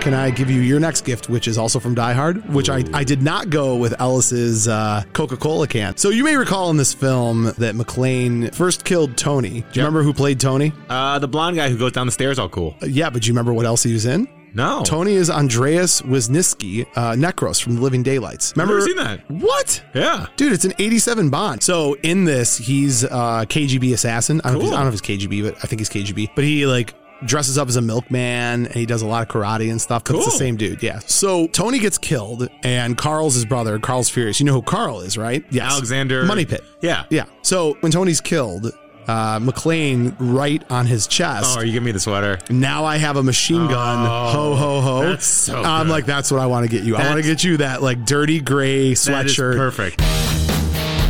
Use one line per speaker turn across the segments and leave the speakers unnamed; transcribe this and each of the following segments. can I give you your next gift, which is also from Die Hard, which I, I did not go with Ellis's uh, Coca Cola can. So you may recall in this film that McLean first killed Tony. Do you remember who played Tony?
Uh, the blonde guy who goes down the stairs, all cool.
Uh, yeah, but do you remember what else he was in?
No,
Tony is Andreas Wisniewski, uh, Necros from The Living Daylights.
I've
Remember?
never seen that.
What?
Yeah,
Dude, it's an 87 Bond. So in this, he's uh KGB assassin. I don't, know if he's, I don't know if he's KGB, but I think he's KGB. But he like dresses up as a milkman and he does a lot of karate and stuff. But it's the
Cool.
same dude. Yeah. So Tony gets killed and Carl's his brother. Carl's furious. You know who Carl is, right? Yes.
Alexander
Money Pit.
Yeah.
Yeah. So when Tony's killed, uh, McLean right on his chest.
Oh, are you giving me the sweater?
Now I have a machine gun.
Oh,
ho ho ho!
that's so
I'm
good.
like, that's what I want to get you. I want to
That's-
get you that like dirty gray sweatshirt.
That is perfect.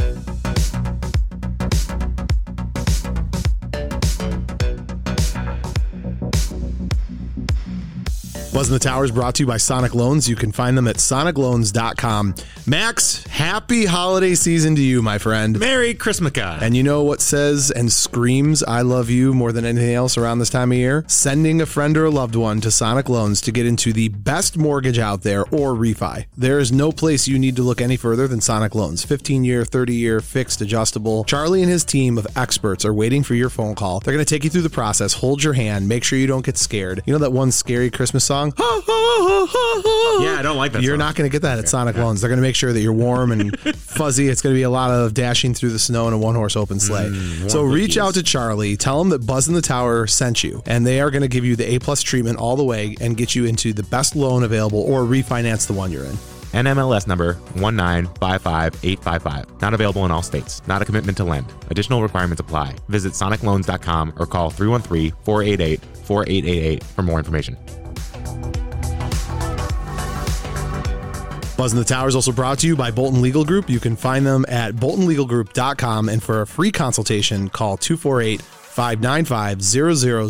Buzz in the Tower is brought to you by Sonic Loans. You can find them at sonicloans.com. Max, happy holiday season to you, my friend.
Merry Christmas. God.
And you know what says and screams I love you more than anything else around this time of year? Sending a friend or a loved one to Sonic Loans to get into the best mortgage out there or refi. There is no place you need to look any further than Sonic Loans. 15 year, 30 year, fixed, adjustable. Charlie and his team of experts are waiting for your phone call. They're going to take you through the process, hold your hand, make sure you don't get scared. You know that one scary Christmas song?
Yeah, I don't like that
You're
song.
not going to get that at Sonic Loans. They're going to make sure that you're warm and fuzzy. It's going to be a lot of dashing through the snow in a one horse open sleigh. so reach out to Charlie, tell him that Buzz in the Tower sent you, and they are going to give you the A plus treatment all the way and get you into the best loan available or refinance the one you're in.
NMLS number 1955855. Not available in all states. Not a commitment to lend. Additional requirements apply. Visit sonicloans.com or call 313-488-4888 for more information.
Buzz in the Tower is also brought to you by Bolton Legal Group. You can find them at boltonlegalgroup.com and for a free consultation, call 248 595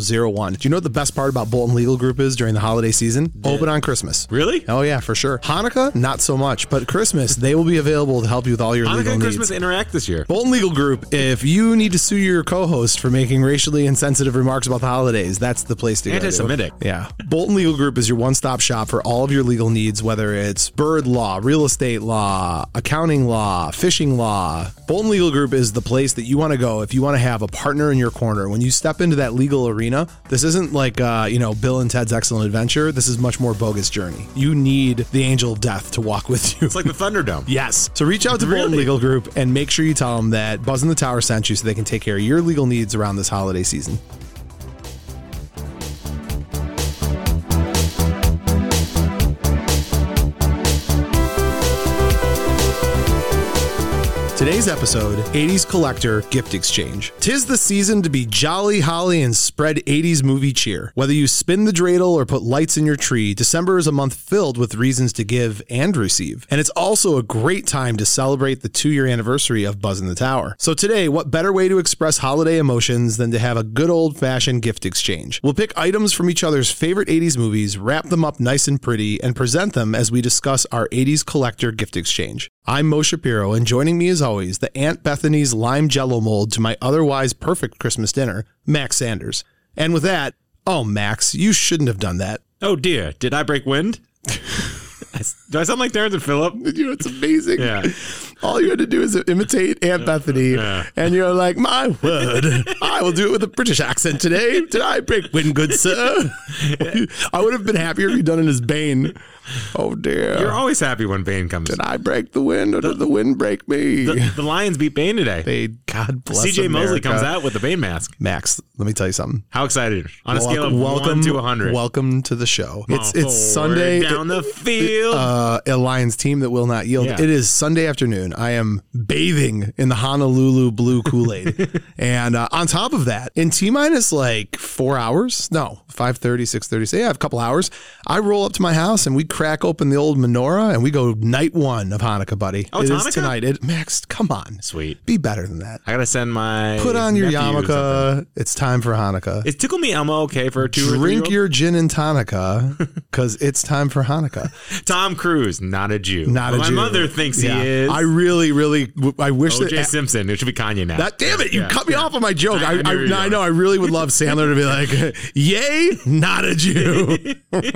0001. Do you know what the best part about Bolton Legal Group is during the holiday season? Open on Christmas.
Really?
Oh yeah, for sure. Hanukkah, not so much, but Christmas, they will be available to help you with all your
Hanukkah
legal
and
needs.
Christmas interact this year.
Bolton Legal Group, if you need to sue your co-host for making racially insensitive remarks about the holidays, that's the place to go. to.
Anti-Semitic.
Yeah. Bolton Legal Group is your one-stop shop for all of your legal needs, whether it's bird law, real estate law, accounting law, fishing law. Bolton Legal Group is the place that you want to go if you want to have a partner in your corner. When you step into that legal arena, this isn't like uh, you know, Bill and Ted's Excellent Adventure. This is much more bogus journey. You need the angel of death to walk with you.
It's like the Thunderdome.
Yes. So reach out to Bolton
Really?
Legal Group and make sure you tell them that Buzz in the Tower sent you so they can take care of your legal needs around this holiday season. Today's episode 80s Collector Gift Exchange. Tis the season to be jolly, holly, and spread 80s movie cheer. Whether you spin the dreidel or put lights in your tree, December is a month filled with reasons to give and receive. And it's also a great time to celebrate the two year anniversary of Buzz in the Tower. So today, what better way to express holiday emotions than to have a good old fashioned gift exchange? We'll pick items from each other's favorite 80s movies, wrap them up nice and pretty, and present them as we discuss our 80s collector gift exchange. I'm Mo Shapiro, and joining me as always, the Aunt Bethany's lime jello mold to my otherwise perfect Christmas dinner, Max Sanders. And with that, oh, Max, you shouldn't have done that.
Oh dear, did I break wind? Do I sound like Terrence and Phillip?
You know, it's amazing.
Yeah.
All you had to do is imitate Aunt Bethany,
Yeah.
and you're like, my word, I will do it with a British accent today. Did I break wind good, sir? I would have been happier if you'd done it as Bane. Oh, dear.
You're always happy when Bane comes.
did I break the wind, or did the wind break me?
The, the Lions beat Bane today.
they, God bless
CJ Mosley
America.
comes out with the Bane mask.
Max, let me tell you something.
How excited? On a scale of one to Oh, 100.
Welcome to the show. It's it's
Forward
Sunday.
Down the field.
uh, a Lions team that will not yield.
Yeah.
It is Sunday afternoon. I am bathing in the Honolulu blue Kool Aid, and uh, on top of that, in t minus like four hours, no, 5.30, 6.30, so yeah, a couple hours. I roll up to my house and we crack open the old menorah and we go night one of Hanukkah, buddy.
Oh,
it
it's
is
Hanukkah?
tonight. It, Max, come on,
Sweet.
be better than that.
I gotta send my
Put on your
nephew something.
yarmulke. It's time for Hanukkah.
Is Tickle Me Elmo okay for a two or
Drink
three?
your gin and tonica because it's time for Hanukkah.
Tom Cruise, not a Jew.
Not a
my
Jew.
mother thinks
Yeah.
he is.
I really, really, w- I wish
OJ
that.
Simpson. It should be Kanye now.
that damn it! You
Yeah,
cut me off on my joke. I,
I knew
I,
you
no, I
were.
know. I really would love Sandler to be like, "Yay, not a Jew."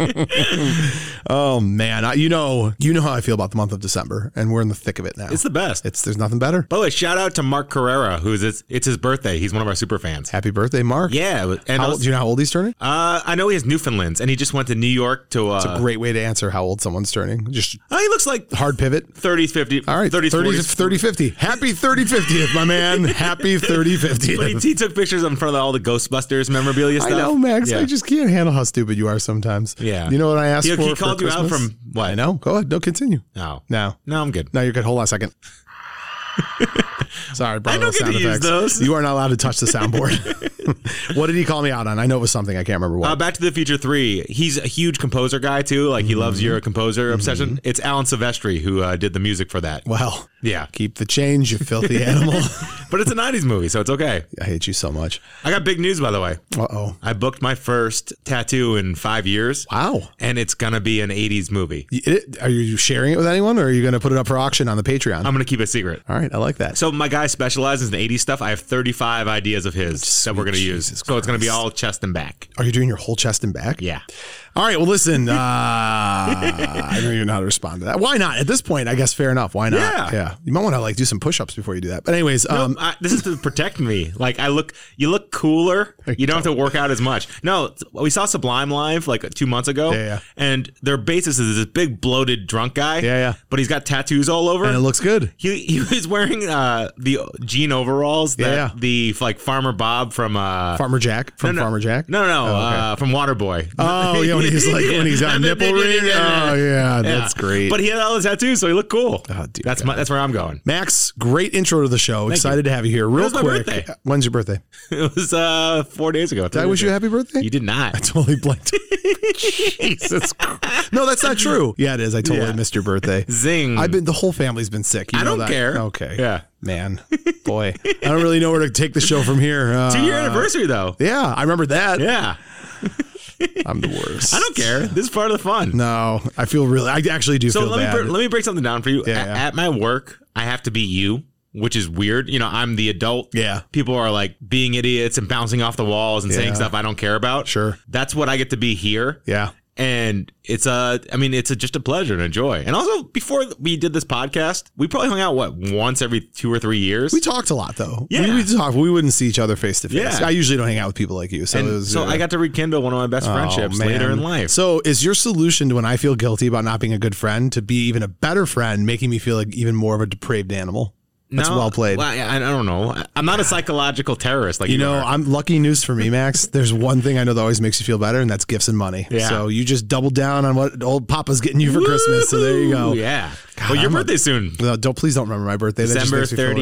oh man, I, you know, you know how I feel about the month of December, and we're in the thick of it now.
it's
It's,
the best.
there's nothing better.
By the way, shout out to Mark Carrera, who's it's, it's his birthday. He's one of our super fans.
Happy birthday, Mark!
Yeah, and
How old-
also-
do you know how old he's turning?
uh, I know he has Newfoundlands, and he just went to New York to. Uh,
Great way to answer how old someone's turning. Just
oh, he looks like
hard pivot.
30s, 50s.
All right, 30,
30s,
30,
40s.
30 50. Happy 30 50th, my man. Happy 30
But he,
50th.
he took pictures in front of all the Ghostbusters memorabilia
I
stuff.
know, Max.
Yeah.
I just can't handle how stupid you are sometimes.
Yeah.
You know what I asked
He-
for?
he
for
called you out
Christmas?
from what?
I know. Go ahead. No, continue.
No.
No.
No, I'm good.
No, you're good. Hold on a second. Sorry, brought
I don't
those
get
sound
to use
effects.
those.
You are not allowed to touch the soundboard. what did he call me out on? I know it was something. I can't remember what.
Uh, Back to the Future Three. He's a huge composer guy too. Like he loves
Mm-hmm.
your composer obsession. It's Alan Silvestri who uh, did the music for that.
well,
Yeah,
keep the change, you filthy animal.
but it's a '90s movie, so it's okay.
I hate you so much.
I got big news by the way.
Uh oh.
I booked my first tattoo in five years,
Wow.
and it's gonna be an '80s movie.
It- are you sharing it with anyone or are you going to put it up for auction on the Patreon?
I'm gonna keep it secret.
All right. I like that.
So my guy specializes in '80s stuff. I have 35 ideas of his that we're gonna use.
Jesus
So it's gonna be all chest and back.
Are you doing your whole chest and back?
Yeah.
All right. Well, listen. Uh, I don't even know how to respond to that. Why not? At this point, I guess fair enough. Why not?
Yeah.
You might want to like do some push-ups before you do that. But anyways, um,
I, this is to protect me. Like I look, you look cooler. You don't have to work out as much. No, we saw Sublime live like two months ago.
Yeah, yeah.
And their bassist is this big bloated drunk guy.
Yeah, yeah.
But he's got tattoos all over.
and it looks good.
he he was wearing uh, the jean overalls that
Yeah, yeah.
the like Farmer Bob from uh,
Farmer Jack from
no,
Farmer Jack.
No, no, no,
Oh, okay.
uh, from Waterboy.
Oh, yeah. When he's like when he's on nipple ring. Oh, yeah. That's great.
But he had all the tattoos, so he looked cool.
Oh, dear
that's my, that's where I'm going.
Max, great intro to the show. Excited to have you here. Real
was my
quick.
birthday.
When's your birthday?
It was uh, four days ago.
Did I wish you a happy birthday?
You did not.
totally blanked. Jesus. Christ. No, that's not true. Yeah, it is. I totally
Yeah.
missed your birthday.
Zing.
I've been the whole family's been sick. You
I
know
don't
that.
care.
Okay.
Yeah.
Man. Boy. I don't really know where to take the show from here. Uh,
Two year anniversary though.
Yeah, I remember that.
Yeah.
I'm the worst.
I don't care. This is part of the fun.
No, I feel really. I actually do
so
feel
let me
bad.
break, let me break something down for you.
Yeah,
A-
yeah.
At my work, I have to be you, which is weird. You know, I'm the adult.
yeah.
People are like being idiots and bouncing off the walls and
Yeah.
saying stuff I don't care about.
Sure.
That's what I get to be here.
Yeah.
And it's a, I mean, it's a, just a pleasure and a joy. And also, before we did this podcast, we probably hung out, what, once every two or three years?
We talked a lot though.
Yeah.
We, we talked. We wouldn't see each other face to face.
Yeah.
I usually don't hang out with people like you. So
and
it was,
so
uh,
I got to rekindle one of my best friendships
Oh, man.
later in life.
So is your solution to when I feel guilty about not being a good friend to be even a better friend, making me feel like even more of a depraved animal? That's well played.
Well, I, I don't know. I- I'm not a psychological terrorist like
You know,
are.
I'm lucky news for me, Max. There's one thing I know that always makes you feel better, and that's gifts and money.
Yeah.
So you just doubled down on what old Papa's getting you for Christmas. So there you go.
Woo! Yeah. well, your
I'm a-
birthday soon.
No, don't please don't remember my birthday. That just
December
makes me feel worse.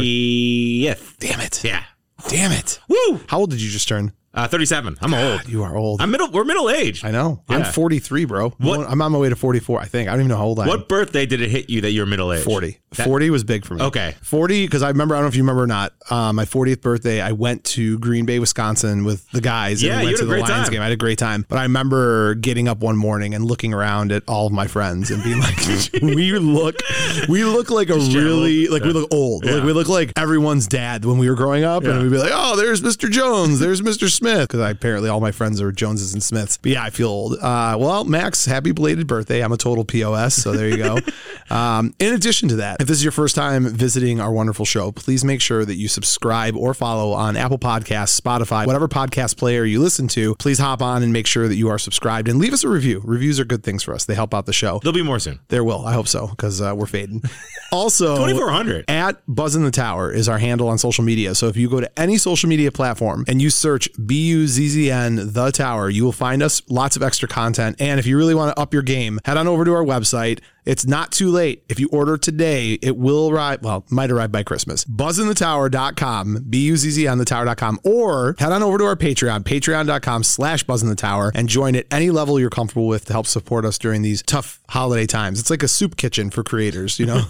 30th.
Damn it.
Yeah.
Damn it.
Woo.
How old did you just turn?
Uh, 37. I'm old.
You are old.
I'm middle. We're middle aged.
I know. I'm
Yeah.
43, bro.
What-
I'm on my way to 44, I think. I don't even know how old I am.
What birthday did it hit you that you're middle aged?
40. 40 was big for me.
Okay.
40, because I remember, I don't know if you remember or not, uh, my 40th birthday, I went to Green Bay, Wisconsin with the guys
Yeah,
and we
you
went
had
to
a
the
great
Lions
time.
game. I had a great time. But I remember getting up one morning and looking around at all of my friends and being like, we look, we look like a
general.
really, like we look old. Like we look like everyone's dad when we were growing up. And
Yeah.
we'd be like, oh, there's Mr. Jones. There's Mr. Smith. Because apparently all my friends are Joneses and Smiths. But yeah, I feel old. Uh, well, Max, happy belated birthday. I'm a total POS. So there you go. um, in addition to that, if this is your first time visiting our wonderful show, please make sure that you subscribe or follow on Apple Podcasts, Spotify, whatever podcast player you listen to. Please hop on and make sure that you are subscribed and leave us a review. Reviews are good things for us, they help out the show.
There'll be more soon.
There will. I hope so because uh, we're fading. Also,
2400.
at Buzz in the Tower is our handle on social media. So if you go to any social media platform and you search B U Z Z N The Tower, you will find us lots of extra content. And if you really want to up your game, head on over to our website. It's not too late. If you order today, it will arrive. Well, might arrive by Christmas. Buzzinthetower.com, B U Z Z N thetower.com, or head on over to our Patreon, patreon.com slash buzzinthetower, and join at any level you're comfortable with to help support us during these tough holiday times. It's like a soup kitchen for creators, you know?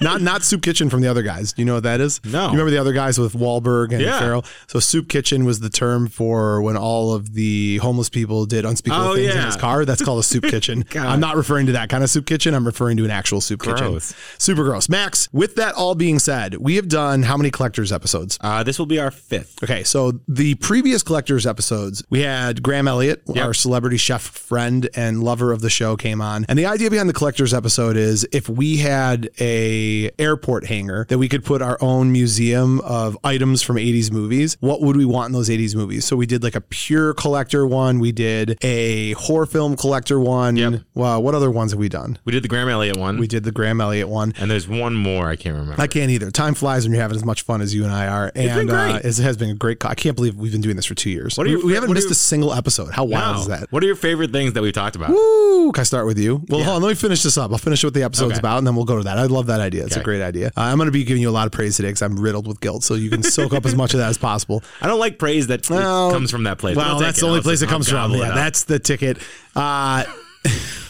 not not Soup Kitchen from the other guys. Do you know what that is?
No.
You remember the other guys with Wahlberg and
Yeah.
Farrell? So Soup Kitchen was the term for when all of the homeless people did unspeakable
Oh,
things in
yeah.
his car. That's called a soup kitchen. I'm not referring to that kind of soup kitchen. I'm referring to an actual soup
Gross.
kitchen. Super gross. Max, with that all being said, we have done how many collectors episodes?
Uh, this will be our fifth.
Okay, so the previous collectors episodes, we had Graham Elliott, our celebrity chef friend and lover of the show, came on. And the idea behind the collectors episode is if we had a airport hangar that we could put our own museum of items from 80s movies, what would we want in those 80s movies? So we did like a pure collector one, we did a horror film collector one.
Yep.
Wow, what other ones have we done?
We did the Graham Elliott one.
We did the Graham Elliott one.
and there's one more I can't remember.
I can't either. Time flies when you're having as much fun as you and I are, and uh,
great.
it has been a great. Co- I can't believe we've been doing this for two years.
are
we,
your-
we haven't
what are
missed
your-
a single episode. How wild
Wow.
is that?
What are your favorite things that we've talked about?
Woo! Can I start with you? Well, hold on. Let me finish this up. I'll finish what the episode's
Okay.
about, and then we'll go to that. I love that idea. It's a
Okay.
great idea. Uh, I'm going to be giving you a lot of praise today because I'm riddled with guilt, so you can soak up as much of that as possible. Um,
I don't like praise that it
Well,
comes from that place. I'll
Wow,
take
that's
it.
the
I'll
only
just-
place it
I'll
comes from.
gobble it
Yeah,
up.
that's the ticket. Uh,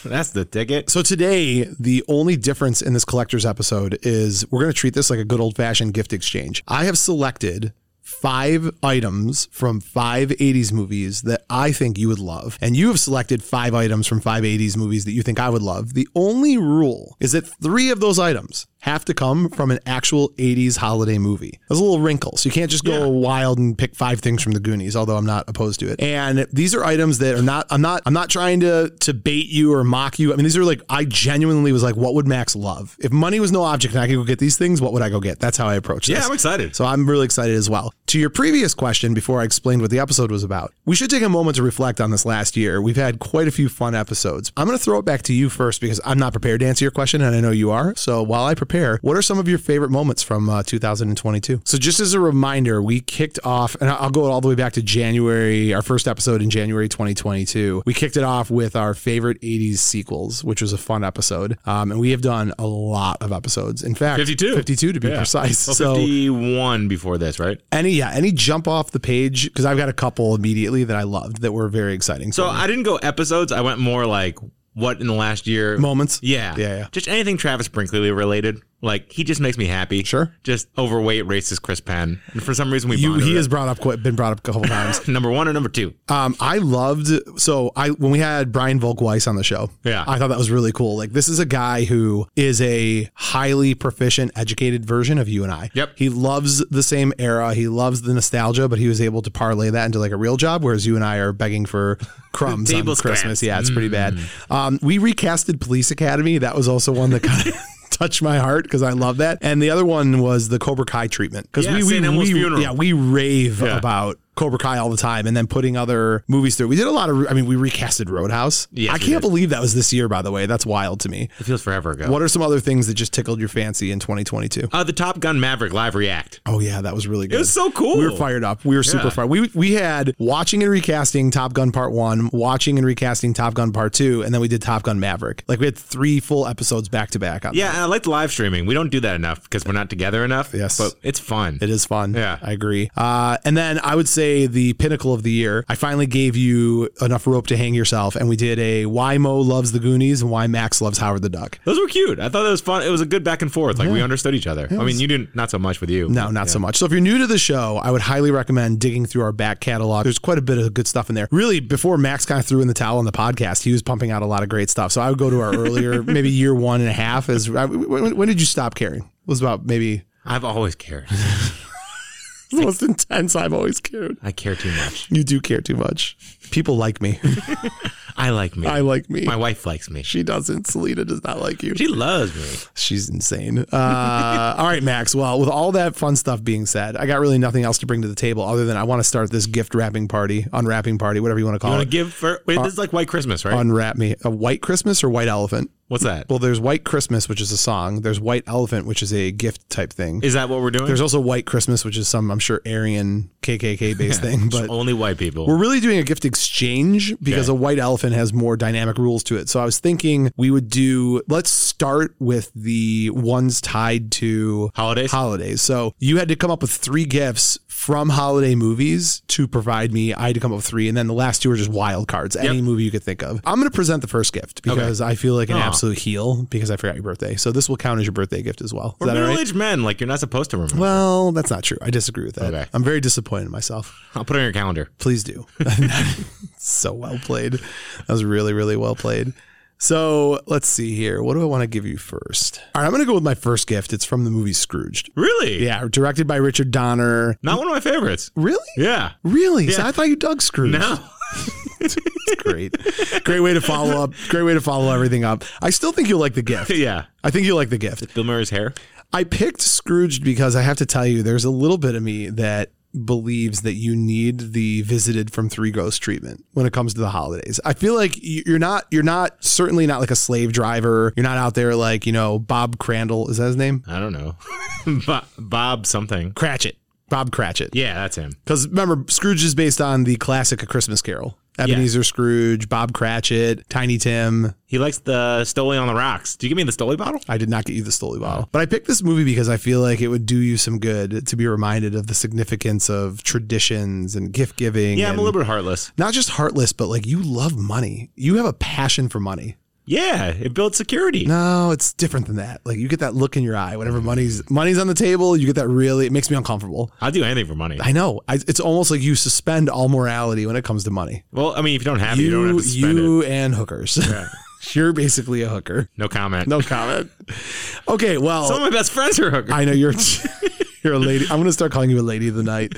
that's the ticket.
So today, the only difference in this collector's episode is we're going to treat this like a good old fashioned gift exchange. I have selected five items from five 80s movies that I think you would love. And you have selected five items from five 80s movies that you think I would love. The only rule is that three of those items have to come from an actual 80s holiday movie. There's a little wrinkle. So you can't just go wild and pick five things from the Goonies, although I'm not opposed to it. And these are items that are not I'm not I'm not trying to to bait you or mock you. I mean, these are like I genuinely was like, what would Max love? If money was no object and I could go get these things, what would I go get? That's how I approach this.
Yeah, I'm excited.
So I'm really excited as well. To your previous question, before I explained what the episode was about, we should take a moment to reflect on this last year. We've had quite a few fun episodes. I'm going to throw it back to you first because I'm not prepared to answer your question, and I know you are. So while I prepare, what are some of your favorite moments from uh, 2022? So just as a reminder, we kicked off, and I- I'll go all the way back to January, our first episode in January 2022. We kicked it off with our favorite 80s sequels, which was a fun episode, um, and we have done a lot of episodes. In fact,
52.
52 to be
Yeah.
precise.
Well,
so
51 before this, right?
any yeah, any jump off the page because I've got a couple immediately that I loved that were very exciting.
So
for me.
I didn't go episodes. I went more like what in the last year.
moments,
Yeah.
Yeah, yeah.
Just anything Travis Brinkley related. Like he just makes me happy.
Sure.
Just overweight racist Chris Penn. And for some reason we
you
bonded
he
with
has brought up quite been brought up a couple times.
it. number one or number two.
Um, I loved so I when we had Brian Volk Weiss on the show.
Yeah.
I thought that was really cool. Like this is a guy who is a highly proficient, educated version of you and I.
Yep.
He loves the same era. He loves the nostalgia, but he was able to parlay that into like a real job, whereas you and I are begging for crumbs on
Table scraps. Mm.
Christmas. Yeah, it's pretty bad. Um, we recasted Police Academy. That was also one that kind of. touched my heart because I love that, and the other one was the Cobra Kai treatment because
Yeah,
we we,
St. Elmo's
we
funeral.
yeah we rave
Yeah.
about Cobra Kai all the time and then putting other movies through. We did a lot of, I mean, we recasted Roadhouse.
Yes,
I
we
can't
did.
believe that was this year, by the way. That's wild to me.
It feels forever ago.
What are some other things that just tickled your fancy in 2022?
Uh, the Top Gun Maverick live react.
Oh yeah, that was really good. It
was so cool.
We were fired up. We were super
Yeah.
fired. We we had watching and recasting Top Gun Part One, watching and recasting Top Gun Part Two, and then we did Top Gun Maverick. Like we had three full episodes back to back on.
Yeah, and I like the live streaming. We don't do that enough because we're not together enough.
Yes.
but it's fun.
It is fun.
Yeah.
I agree. Uh, and then I would say the pinnacle of the year. I finally gave you enough rope to hang yourself, and we did a why Mo loves the Goonies and why Max loves Howard the Duck.
Those were cute. I thought that was fun. It was a good back and forth. Like we understood each other. I mean, you didn't not so much with you.
No, not so much. So if you're new to the show, I would highly recommend digging through our back catalog. There's quite a bit of good stuff in there. Really, before Max kind of threw in the towel on the podcast, he was pumping out a lot of great stuff. So I would go to our earlier, maybe year one and a half. Is uh, when, when did you stop caring? It was about maybe
I've always cared.
it's the most intense I've always cared.
I care too much.
You do care too much. People like me.
I like me.
I like me.
My wife likes me.
she doesn't. Selena does not like you.
She loves me.
She's insane. Uh, all right, Max. Well, with all that fun stuff being said, I got really nothing else to bring to the table other than I want to start this gift wrapping party, unwrapping party, whatever you want to
You
call
want
it.
to give for? Wait, this is like White Christmas, right?
Unwrap me. A white Christmas or white elephant?
What's that? Is
Well, there's white Christmas, which is a song. There's white elephant, which is a gift type thing.
that what we're doing?
There's also white Christmas, which is some, I'm sure, Aryan KKK based thing. But
only white people.
we're really doing a gift exchange because
Okay.
a white elephant has more dynamic rules to it. So I was thinking we would do, let's start with the ones tied to
Holidays?
Holidays. So you had to come up with three gifts from holiday movies to provide me. I had to come up with three. And then the last two are just wild cards, any movie you could think of. I'm going to present the first gift because I feel like an
Aw.
absolute heel because I forgot your birthday. So this will count as your birthday gift as well. Is
We're
that all right?
middle-aged men. Like you're not supposed to remember.
Well, that's not true. I disagree with that.
Okay.
I'm very disappointed in myself.
I'll put it on your calendar.
Please do. so well played. That was really, really well played. So let's see here. What do I want to give you first? All right, I'm going to go with my first gift. It's from the movie Scrooged.
Really?
Yeah, directed by Richard Donner.
Not one of my favorites.
Really?
Yeah.
Really? So I thought you dug Scrooge.
No.
Great. Great way to follow up. Great way to follow everything up. I still think you'll like the gift.
yeah.
I think you'll like the gift.
Bill Murray's hair.
I picked Scrooged because I have to tell you, there's a little bit of me that believes that you need the visited from three ghosts treatment when it comes to the holidays. I feel like y- you're not you're not certainly not like a slave driver. You're not out there like, you know, Bob Crandall, is that his name?
I don't know. Bo- Bob something.
Cratchit. Bob Cratchit.
Yeah, that's him.
Because remember, Scrooge is based on the classic A Christmas Carol. Ebenezer Scrooge, Bob Cratchit, Tiny Tim.
He likes the Stoli on the rocks. Do you give me the Stoli bottle?
I did not get you the Stoli
Oh.
bottle. But I picked this movie because I feel like it would do you some good to be reminded of the significance of traditions and gift giving.
Yeah, I'm
and
a little bit heartless.
Not just heartless, but like you love money. You have a passion for money.
Yeah, it builds security.
No, it's different than that. Like you get that look in your eye whenever money's money's on the table. You get that really. It makes me uncomfortable.
I'll do anything for money.
I know. I, it's almost like you suspend all morality when it comes to money.
Well, I mean, if you don't have it, you don't have to spend it.
you and hookers. You're basically a hooker.
No comment.
No comment. okay, well,
Some of my best friends are hookers.
I know you're you're a lady. I'm going to start calling you a lady of the night.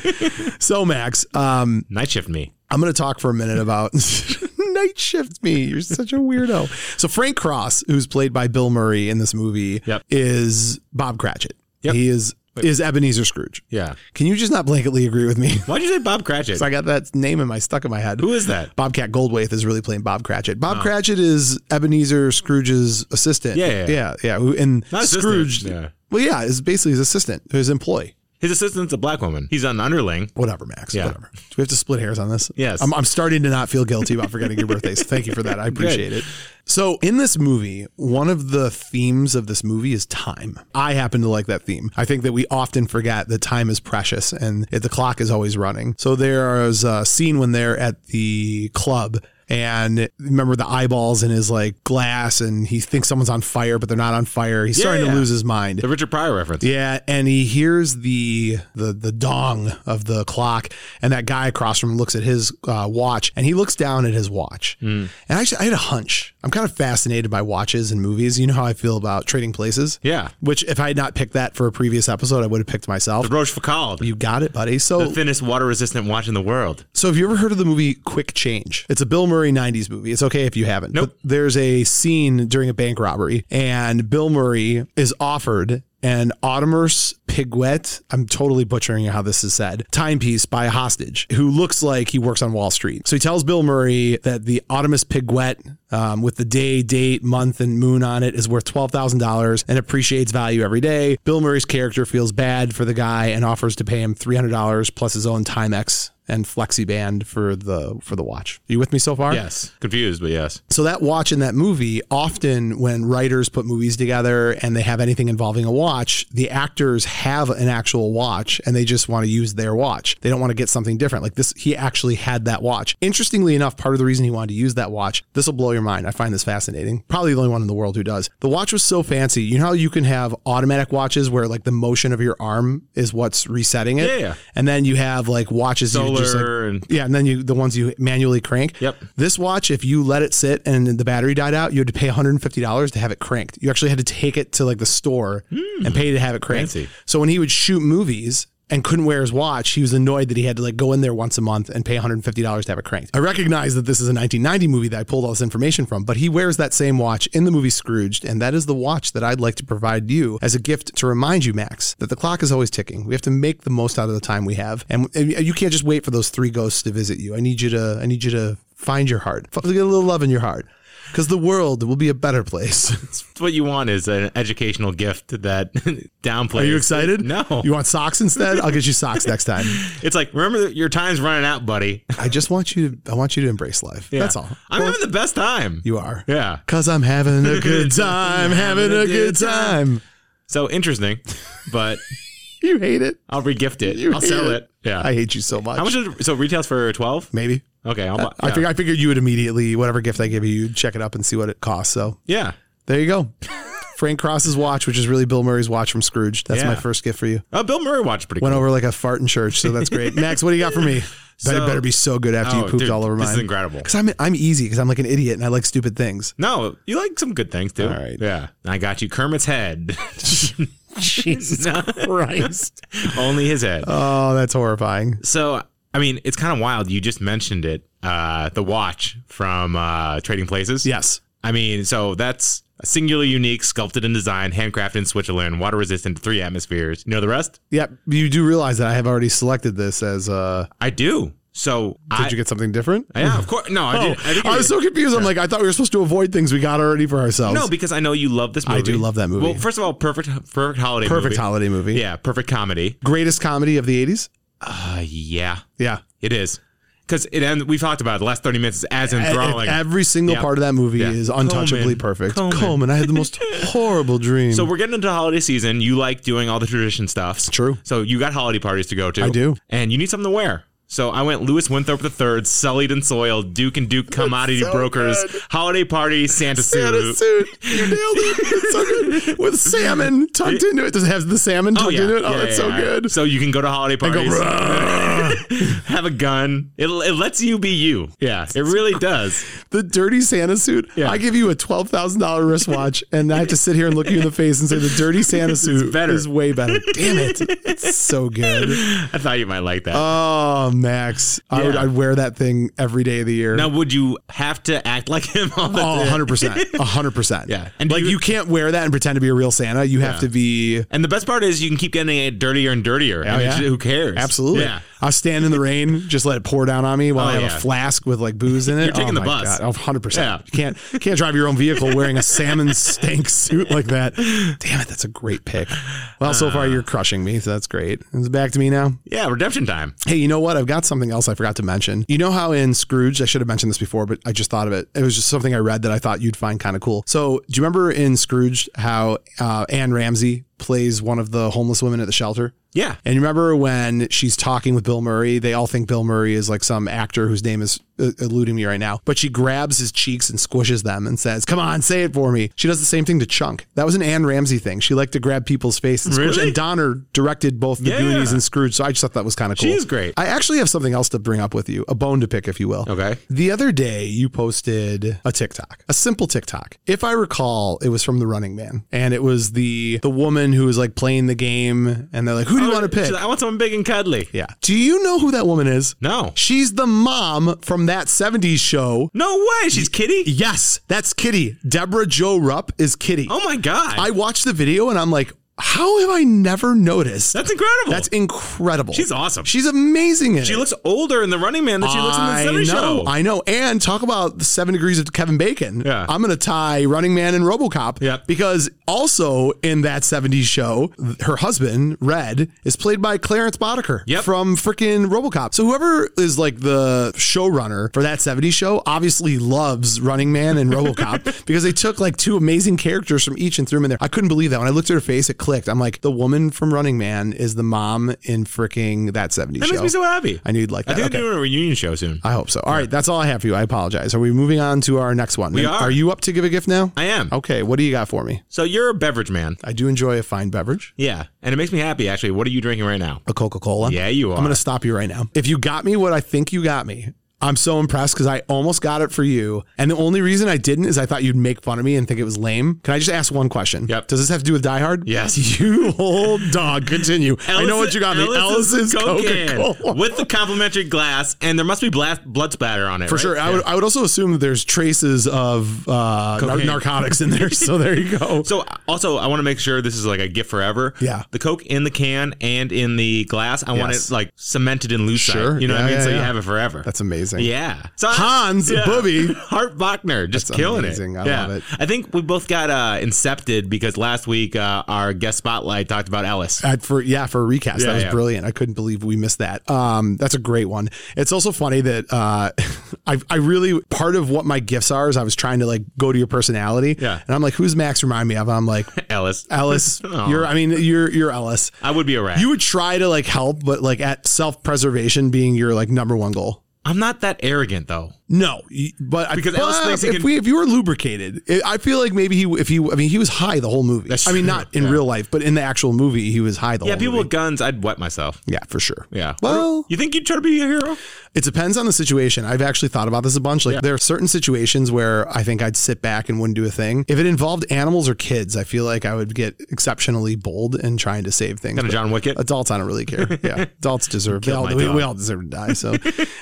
So Max, um,
Night shift me.
I'm going to talk for a minute about night shift. Me, you're such a weirdo. So Frank Cross, who's played by Bill Murray in this movie,
Yep.
is Bob Cratchit.
Yep.
He is is Ebenezer Scrooge.
Yeah.
Can you just not blanketly agree with me?
Why'd you say Bob Cratchit?
I got that name in my stuck in my head.
Who is that?
Bobcat Goldthwait is really playing Bob Cratchit. Bob Cratchit is Ebenezer Scrooge's assistant.
Yeah, yeah, yeah.
yeah, yeah. who- And
Not assistant,
Scrooge,
yeah.
well, yeah, is basically his assistant, his employee.
His assistant's a black woman. He's an underling.
Whatever, Max.
Yeah.
Whatever. Do we have to split hairs on this?
Yes.
I'm, I'm starting to not feel guilty about forgetting your birthdays. Thank you for that. I appreciate it. So, in this movie, one of the themes of this movie is time. I happen to like that theme. I think that we often forget that time is precious and it, the clock is always running. So, there is a scene when they're at the club. And remember the eyeballs in his like glass, and he thinks someone's on fire, but they're not on fire. He's starting
yeah.
to lose his mind.
The Richard Pryor reference.
Yeah, and he hears the the the dong of the clock, and that guy across from him looks at his uh, watch, and he looks down at his watch.
Hmm.
And actually, I had a hunch. I'm kind of fascinated by watches and movies. You know how I feel about trading places.
Yeah.
Which, if I had not picked that for a previous episode, I would have picked myself.
Roche Foucault.
You got it, buddy. So,
the thinnest water resistant watch in the world.
so have you ever heard of the movie Quick Change? It's a Bill Murray 90s movie. It's okay if you haven't.
Nope.
But there's a scene during a bank robbery and Bill Murray is offered and Audemars Piguet, I'm totally butchering how this is said, timepiece by a hostage who looks like he works on Wall Street. So he tells Bill Murray that the Audemars Piguet um, with the day, date, month, and moon on it is worth $12,000 and appreciates value every day. Bill Murray's character feels bad for the guy and offers to pay him $300 plus his own Timex and flexi band for the for the watch. Are you with me so far?
Yes. Confused, but yes.
So that watch in that movie, often when writers put movies together and they have anything involving a watch, the actors have an actual watch and they just want to use their watch. They don't want to get something different. Like this, he actually had that watch. Interestingly enough, part of the reason he wanted to use that watch, this will blow your mind. I find this fascinating. Probably the only one in the world who does. The watch was so fancy. You know how you can have automatic watches where like the motion of your arm is what's resetting it?
Yeah, yeah.
And then you have like watches you just like
Solar and
yeah, and then you the ones you manually crank.
Yep.
This watch, if you let it sit and the battery died out, you had to pay $150 to have it cranked. You actually had to take it to like the store and pay to have it cranked.
Hmm. Fancy.
So when he would shoot movies and couldn't wear his watch, he was annoyed that he had to like go in there once a month and pay $150 to have it cranked. I recognize that this is a 1990 movie that I pulled all this information from, but he wears that same watch in the movie Scrooged, and that is the watch that I'd like to provide you as a gift to remind you, Max, that the clock is always ticking. We have to make the most out of the time we have, and and you can't just wait for those three ghosts to visit you. I need you to, I need you to find your heart, F- get a little love in your heart, because the world will be a better place.
what you want is an educational gift that downplays.
Are you excited?
No.
You want socks instead? I'll get you socks next time.
it's like, remember that your time's running out, buddy.
I just want you to I want you to embrace life. That's all.
I'm having the best time.
You are.
yeah.
Cause I'm having a good time, having a good time.
So interesting, but
You hate it.
I'll regift it. I'll
hate
sell
it.
it. Yeah.
I hate you so much.
How much is it? So retails for 12?
Maybe.
Okay. I'll buy,
I
yeah.
fig- I figured you would immediately whatever gift I give you, you'd check it up and see what it costs. So
yeah.
there you go. Frank Cross's watch, which is really Bill Murray's watch from Scrooge. That's
Yeah.
my first gift for you.
Oh, Bill Murray watched pretty
Went
cool.
over like a fart in church, so that's great. Max, what do you got for me? That
So-
better be so good after you
Oh,
pooped
dude,
all over
This is
mine.
incredible.
Because I'm I'm easy because I'm like an idiot and I like stupid things.
No, you like some good things too.
All right.
Yeah. I got you Kermit's head.
Jesus
No.
Christ.
Only his head.
Oh, that's horrifying.
So, I mean, it's kind of wild. You just mentioned it. Uh, the watch from uh, Trading Places.
Yes.
I mean, so that's a singularly unique, sculpted in design, handcrafted in Switzerland, water resistant to three atmospheres. You know the rest?
Yep. You do realize that I have already selected this as uh
I do. So,
did
I,
you get something different?
yeah, of course. No, I
Oh,
did. I, did
I was so confused. I'm like, I thought we were supposed to avoid things we got already for ourselves.
no, because I know you love this movie.
I do love that movie.
Well, first of all, perfect, perfect holiday.
perfect
movie.
holiday movie.
Yeah, perfect comedy.
Greatest comedy of the 80s?
Uh, yeah,
Yeah.
it is. Because it ends. We've talked about it, the last thirty minutes is as enthralling.
E-, Every single
Oh Yeah.
part of that movie
Yeah.
is untouchably
Coleman.
perfect. Coleman.
Coleman.
I had the most horrible dream.
So we're getting into holiday season. You like doing all the tradition stuffs.
True.
So you got holiday parties to go to.
I do.
And you need something to wear. So I went Lewis Winthrop III, sullied and soiled, Duke and Duke commodity
so
brokers,
good.
holiday party, Santa,
Santa
suit.
suit. You nailed it. It's so good. With salmon tucked into it. Does it have the salmon tucked into it? Oh,
Yeah,
it's
yeah,
so
yeah.
good.
So you can go to holiday
I go,
parties,
"Bruh."
have a gun. It, it lets you be you. Yeah, it really does.
the dirty Santa suit.
Yeah.
I give you a twelve thousand dollar wristwatch, and I have to sit here and look you in the face and say the dirty Santa suit
better.
is way better. Damn it, it's so good.
I thought you might like that.
Oh, Max, I would,
Yeah.
I'd wear that thing every day of the year.
now, would you have to act like him all the
Oh,
time?
100%. 100%.
Yeah.
And
And
like,
do
you,
you-
can't wear that and pretend to be a real Santa. You have
Yeah.
to be.
And the best part is you can keep getting it dirtier and dirtier. and
yeah.
it's- who cares?
Absolutely.
Yeah.
I'll stand in the rain, just let it pour down on me while
Oh,
I have
yeah.
a flask with like booze in it.
You're taking
Oh,
the
my
bus.
God. Oh, 100%.
Yeah.
You can't, you can't drive your own vehicle wearing a salmon stank suit like that. Damn it. That's a great pick. Well, so far you're crushing me. So that's great. It's back to me now.
Yeah, redemption time.
Hey, you know what? I've got something else I forgot to mention. You know how in Scrooge, I should have mentioned this before, but I just thought of it. It was just something I read that I thought you'd find kind of cool. So, do you remember in Scrooge how uh, Anne Ramsey plays one of the homeless women at the shelter?
Yeah.
And you remember when she's talking with Bill Murray, they all think Bill Murray is like some actor whose name is uh, eluding me right now. But she grabs his cheeks and squishes them and says, "Come on, say it for me." She does the same thing to Chunk. That was an Anne Ramsey thing. She liked to grab people's face and squish.
Really?
And Donner directed both the
Yeah.
Goonies and Scrooge, so I just thought that was kind of cool.
She is great.
I actually have something else to bring up with you, a bone to pick, if you will.
Okay.
The other day, you posted a TikTok, a simple TikTok. If I recall, it was from The Running Man, and it was the the woman who was like playing the game, and they're like, "Who do you want to pick?"
Oh, I want someone big and cuddly.
yeah. Do you know who that woman is?
No.
She's the mom from that '70s show.
No way. She's kitty.
Yes, that's Kitty. Deborah Jo Rupp is Kitty.
Oh my god.
I watched the video and I'm like, How have I never noticed?
That's incredible.
That's incredible.
She's awesome.
She's amazing in
she
it.
looks older in the Running Man than she looks in the
I
Seventy
know,
Show.
I know. And talk about the seven degrees of Kevin Bacon.
Yeah.
I'm going to tie Running Man and Robocop.
Yep.
Because also in that 70s show, th- her husband, Red, is played by Clarence Boddicker
Yep.
from freaking Robocop. So whoever is like the showrunner for that 70s show obviously loves Running Man and Robocop because they took like two amazing characters from each and threw them in there. I couldn't believe that. When I looked at her face, it clicked. I'm like, the woman from Running Man is the mom in freaking that 70s
that
show.
makes me so happy.
I knew you'd like
I
that.
think
Okay.
they're doing a reunion show soon.
I hope so. All right, that's all I have for you. I apologize. Are we moving on to our next one?
are.
you up to give a gift now?
I am.
Okay, what do you got for me?
So you're a beverage man.
I do enjoy a fine beverage,
Yeah. And it makes me happy, actually. What are you drinking right now?
a Coca Cola.
Yeah, you are.
I'm going to stop you right now. If you got me what I think you got me, I'm so impressed because I almost got it for you. And the only reason I didn't is I thought you'd make fun of me and think it was lame. Can I just ask one question?
Yep.
Does this have to do with Die Hard?
Yes.
You old dog. Continue. I know what you got me. Ellis's
Coke
Coca Cola.
can With the complimentary glass, and there must be bla- blood splatter on it.
For sure. I would. I would also assume that there's traces of uh, nar-
Cocaine.
narcotics in there. So there you go.
So, also, I want to make sure this is like a gift forever.
Yeah.
The Coke in the can and in the glass, I want
Yes.
it like cemented in lucite.
Sure.
You know what I
Yeah,
mean?
yeah,
so you
yeah.
have it forever.
That's amazing.
yeah. So I-
Hans Booby.
Hart Bachner just
That's
killing
amazing.
it.
I
yeah.
love it.
I think we both got uh, incepted because last week uh, our guest spotlight talked about Ellis.
Uh, for yeah, for a recast,
Yeah,
that was
yeah.
brilliant. I couldn't believe we missed that. Um, that's a great one. It's also funny that uh, I I really part of what my gifts are is I was trying to like go to your personality.
Yeah.
and I'm like, who's Max? Remind me of? I'm like
Ellis.
Ellis.
Aw.
you're I mean you're you're Ellis.
I would be a rat.
Uh, You would try to like help, but like at self preservation being your like number one goal.
I'm not that arrogant though.
No, y- but I,
Because
but
Ellis thinks he
if
can-
we if you were lubricated, i I feel like maybe he if he I mean he was high the whole movie.
That's
I mean
true.
not in real life, but in the actual movie he was high the
Yeah,
whole
people
movie.
with guns, I'd wet myself.
Yeah, for sure.
Yeah.
Well,
You think you'd try to be a hero?
it depends on the situation. I've actually thought about this a bunch. Like, there are certain situations where I think I'd sit back and wouldn't do a thing. If it involved animals or kids, I feel like I would get exceptionally bold in trying to save things.
Kind
But
of John Wicket.
Adults, I don't really care. Yeah, adults deserve. they all,
my
we,
dog.
we all deserve to die. So,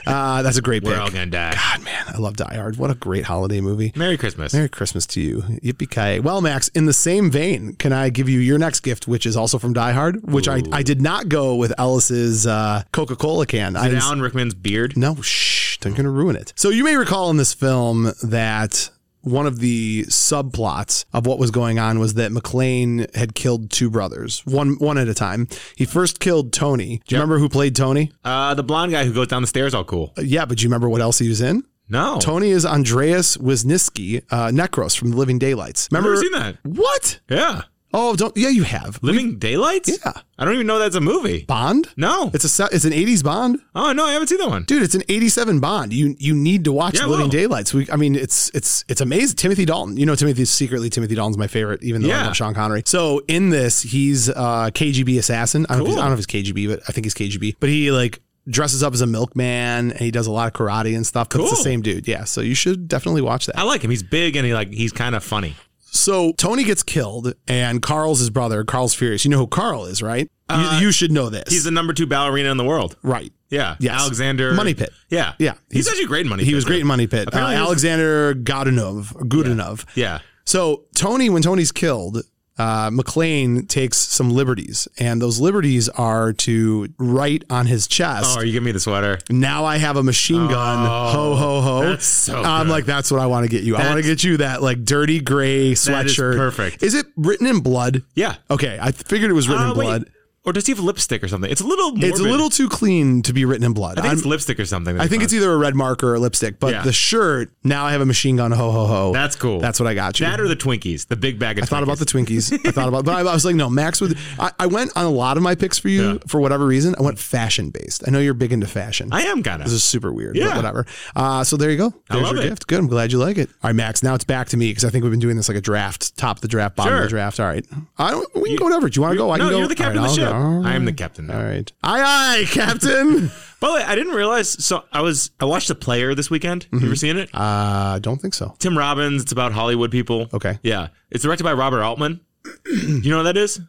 uh, that's a great
We're
pick.
all gonna die.
God, man, I love Die Hard. What a great holiday movie.
Merry Christmas.
Merry Christmas to you. Yippee ki Well, Max, in the same vein, can I give you your next gift, which is also from Die Hard, which I, I did not go with Ellis's uh, Coca Cola can. I
Alan Rickman's beard.
no, shh, I'm going to ruin it. So you may recall in this film that one of the subplots of what was going on was that McLean had killed two brothers, one one at a time. He first killed Tony. Do you remember who played Tony?
Uh, the blonde guy who goes down the stairs all cool.
Uh, yeah, but do you remember what else he was in?
No.
Tony is Andreas Wisniewski, uh, Necros from The Living Daylights.
I've
Remember?
never seen that.
What?
Yeah.
Oh, don't. Yeah, you have.
Living Daylights?
Yeah.
I don't even know that's a movie.
Bond.
No.
It's a se- it's an '80s Bond.
oh, no, I haven't seen that one.
dude it's an 87 bond you you need to watch
Yeah, I
the living
will.
daylights we i mean it's it's it's amazing timothy dalton you know timothy secretly timothy dalton's my favorite even though i
Yeah.
love sean connery so in this he's uh kgb assassin I don't, know if he's, I
Cool.
don't know if he's kgb but i think he's kgb but he like dresses up as a milkman and he does a lot of karate and stuff but it's the
Cool.
same dude yeah so you should definitely watch that
I like him. He's big and he like he's kind of funny.
so tony gets killed and carl's his brother carl's furious you know who carl is right you, you should know this
Uh, He's the number two ballerina in the world.
right
Yeah.
Yes.
Alexander
Money Pit.
Yeah.
Yeah.
He's,
He's-
actually great in money.
he
Pit,
was great
though.
in money pit uh,
Apparently he was-
alexander godunov or gudinov
Yeah.
So Tony, when Tony's killed, uh, McLean takes some liberties, and those liberties are to write on his chest.
Oh, are you giving me the sweater?
Now I have a machine gun. ho ho ho!
that's so
I'm
good.
like, that's what I want to get you. I want to get you that like dirty gray
That is
sweatshirt.
perfect.
Is it written in blood?
Yeah.
Okay, I figured it was written
Uh,
in
wait.
blood.
Or does he have lipstick or something? It's a little
It's a
morbid.
little too clean to be written in blood.
I think
I'm-
it's lipstick or something.
I think it's either a red marker or a lipstick, but
Yeah.
the shirt. Now I have a machine gun. Ho ho ho!
That's cool.
That's what I got you.
that or the Twinkies, the big bag of
I thought about the Twinkies. I thought about, but I, I was like, no, Max would. I, I went on a lot of my picks for you
Yeah.
for whatever reason. I went fashion based. I know you're big into fashion.
I am kind
this
of.
is super weird, but
Yeah.
whatever. Uh, so there you go. There's
love
your
it.
gift. Good. I'm glad you like it. All right, Max. Now it's back to me because I think we've been doing this like a draft, top of the draft, bottom of the
Sure.
draft. All right. I don't, we can go whatever. Do you want to go? oh, I can
No,
go.
you're the captain
All
of
right,
the ship.
I'll go.
I am the captain.
All right. Aye, aye, Captain.
By the way, I didn't realize. So I was I watched the player this weekend. You ever seen it?
uh, I don't think so.
Tim Robbins. It's about Hollywood people.
Okay.
Yeah, it's directed by Robert Altman. you know what that is?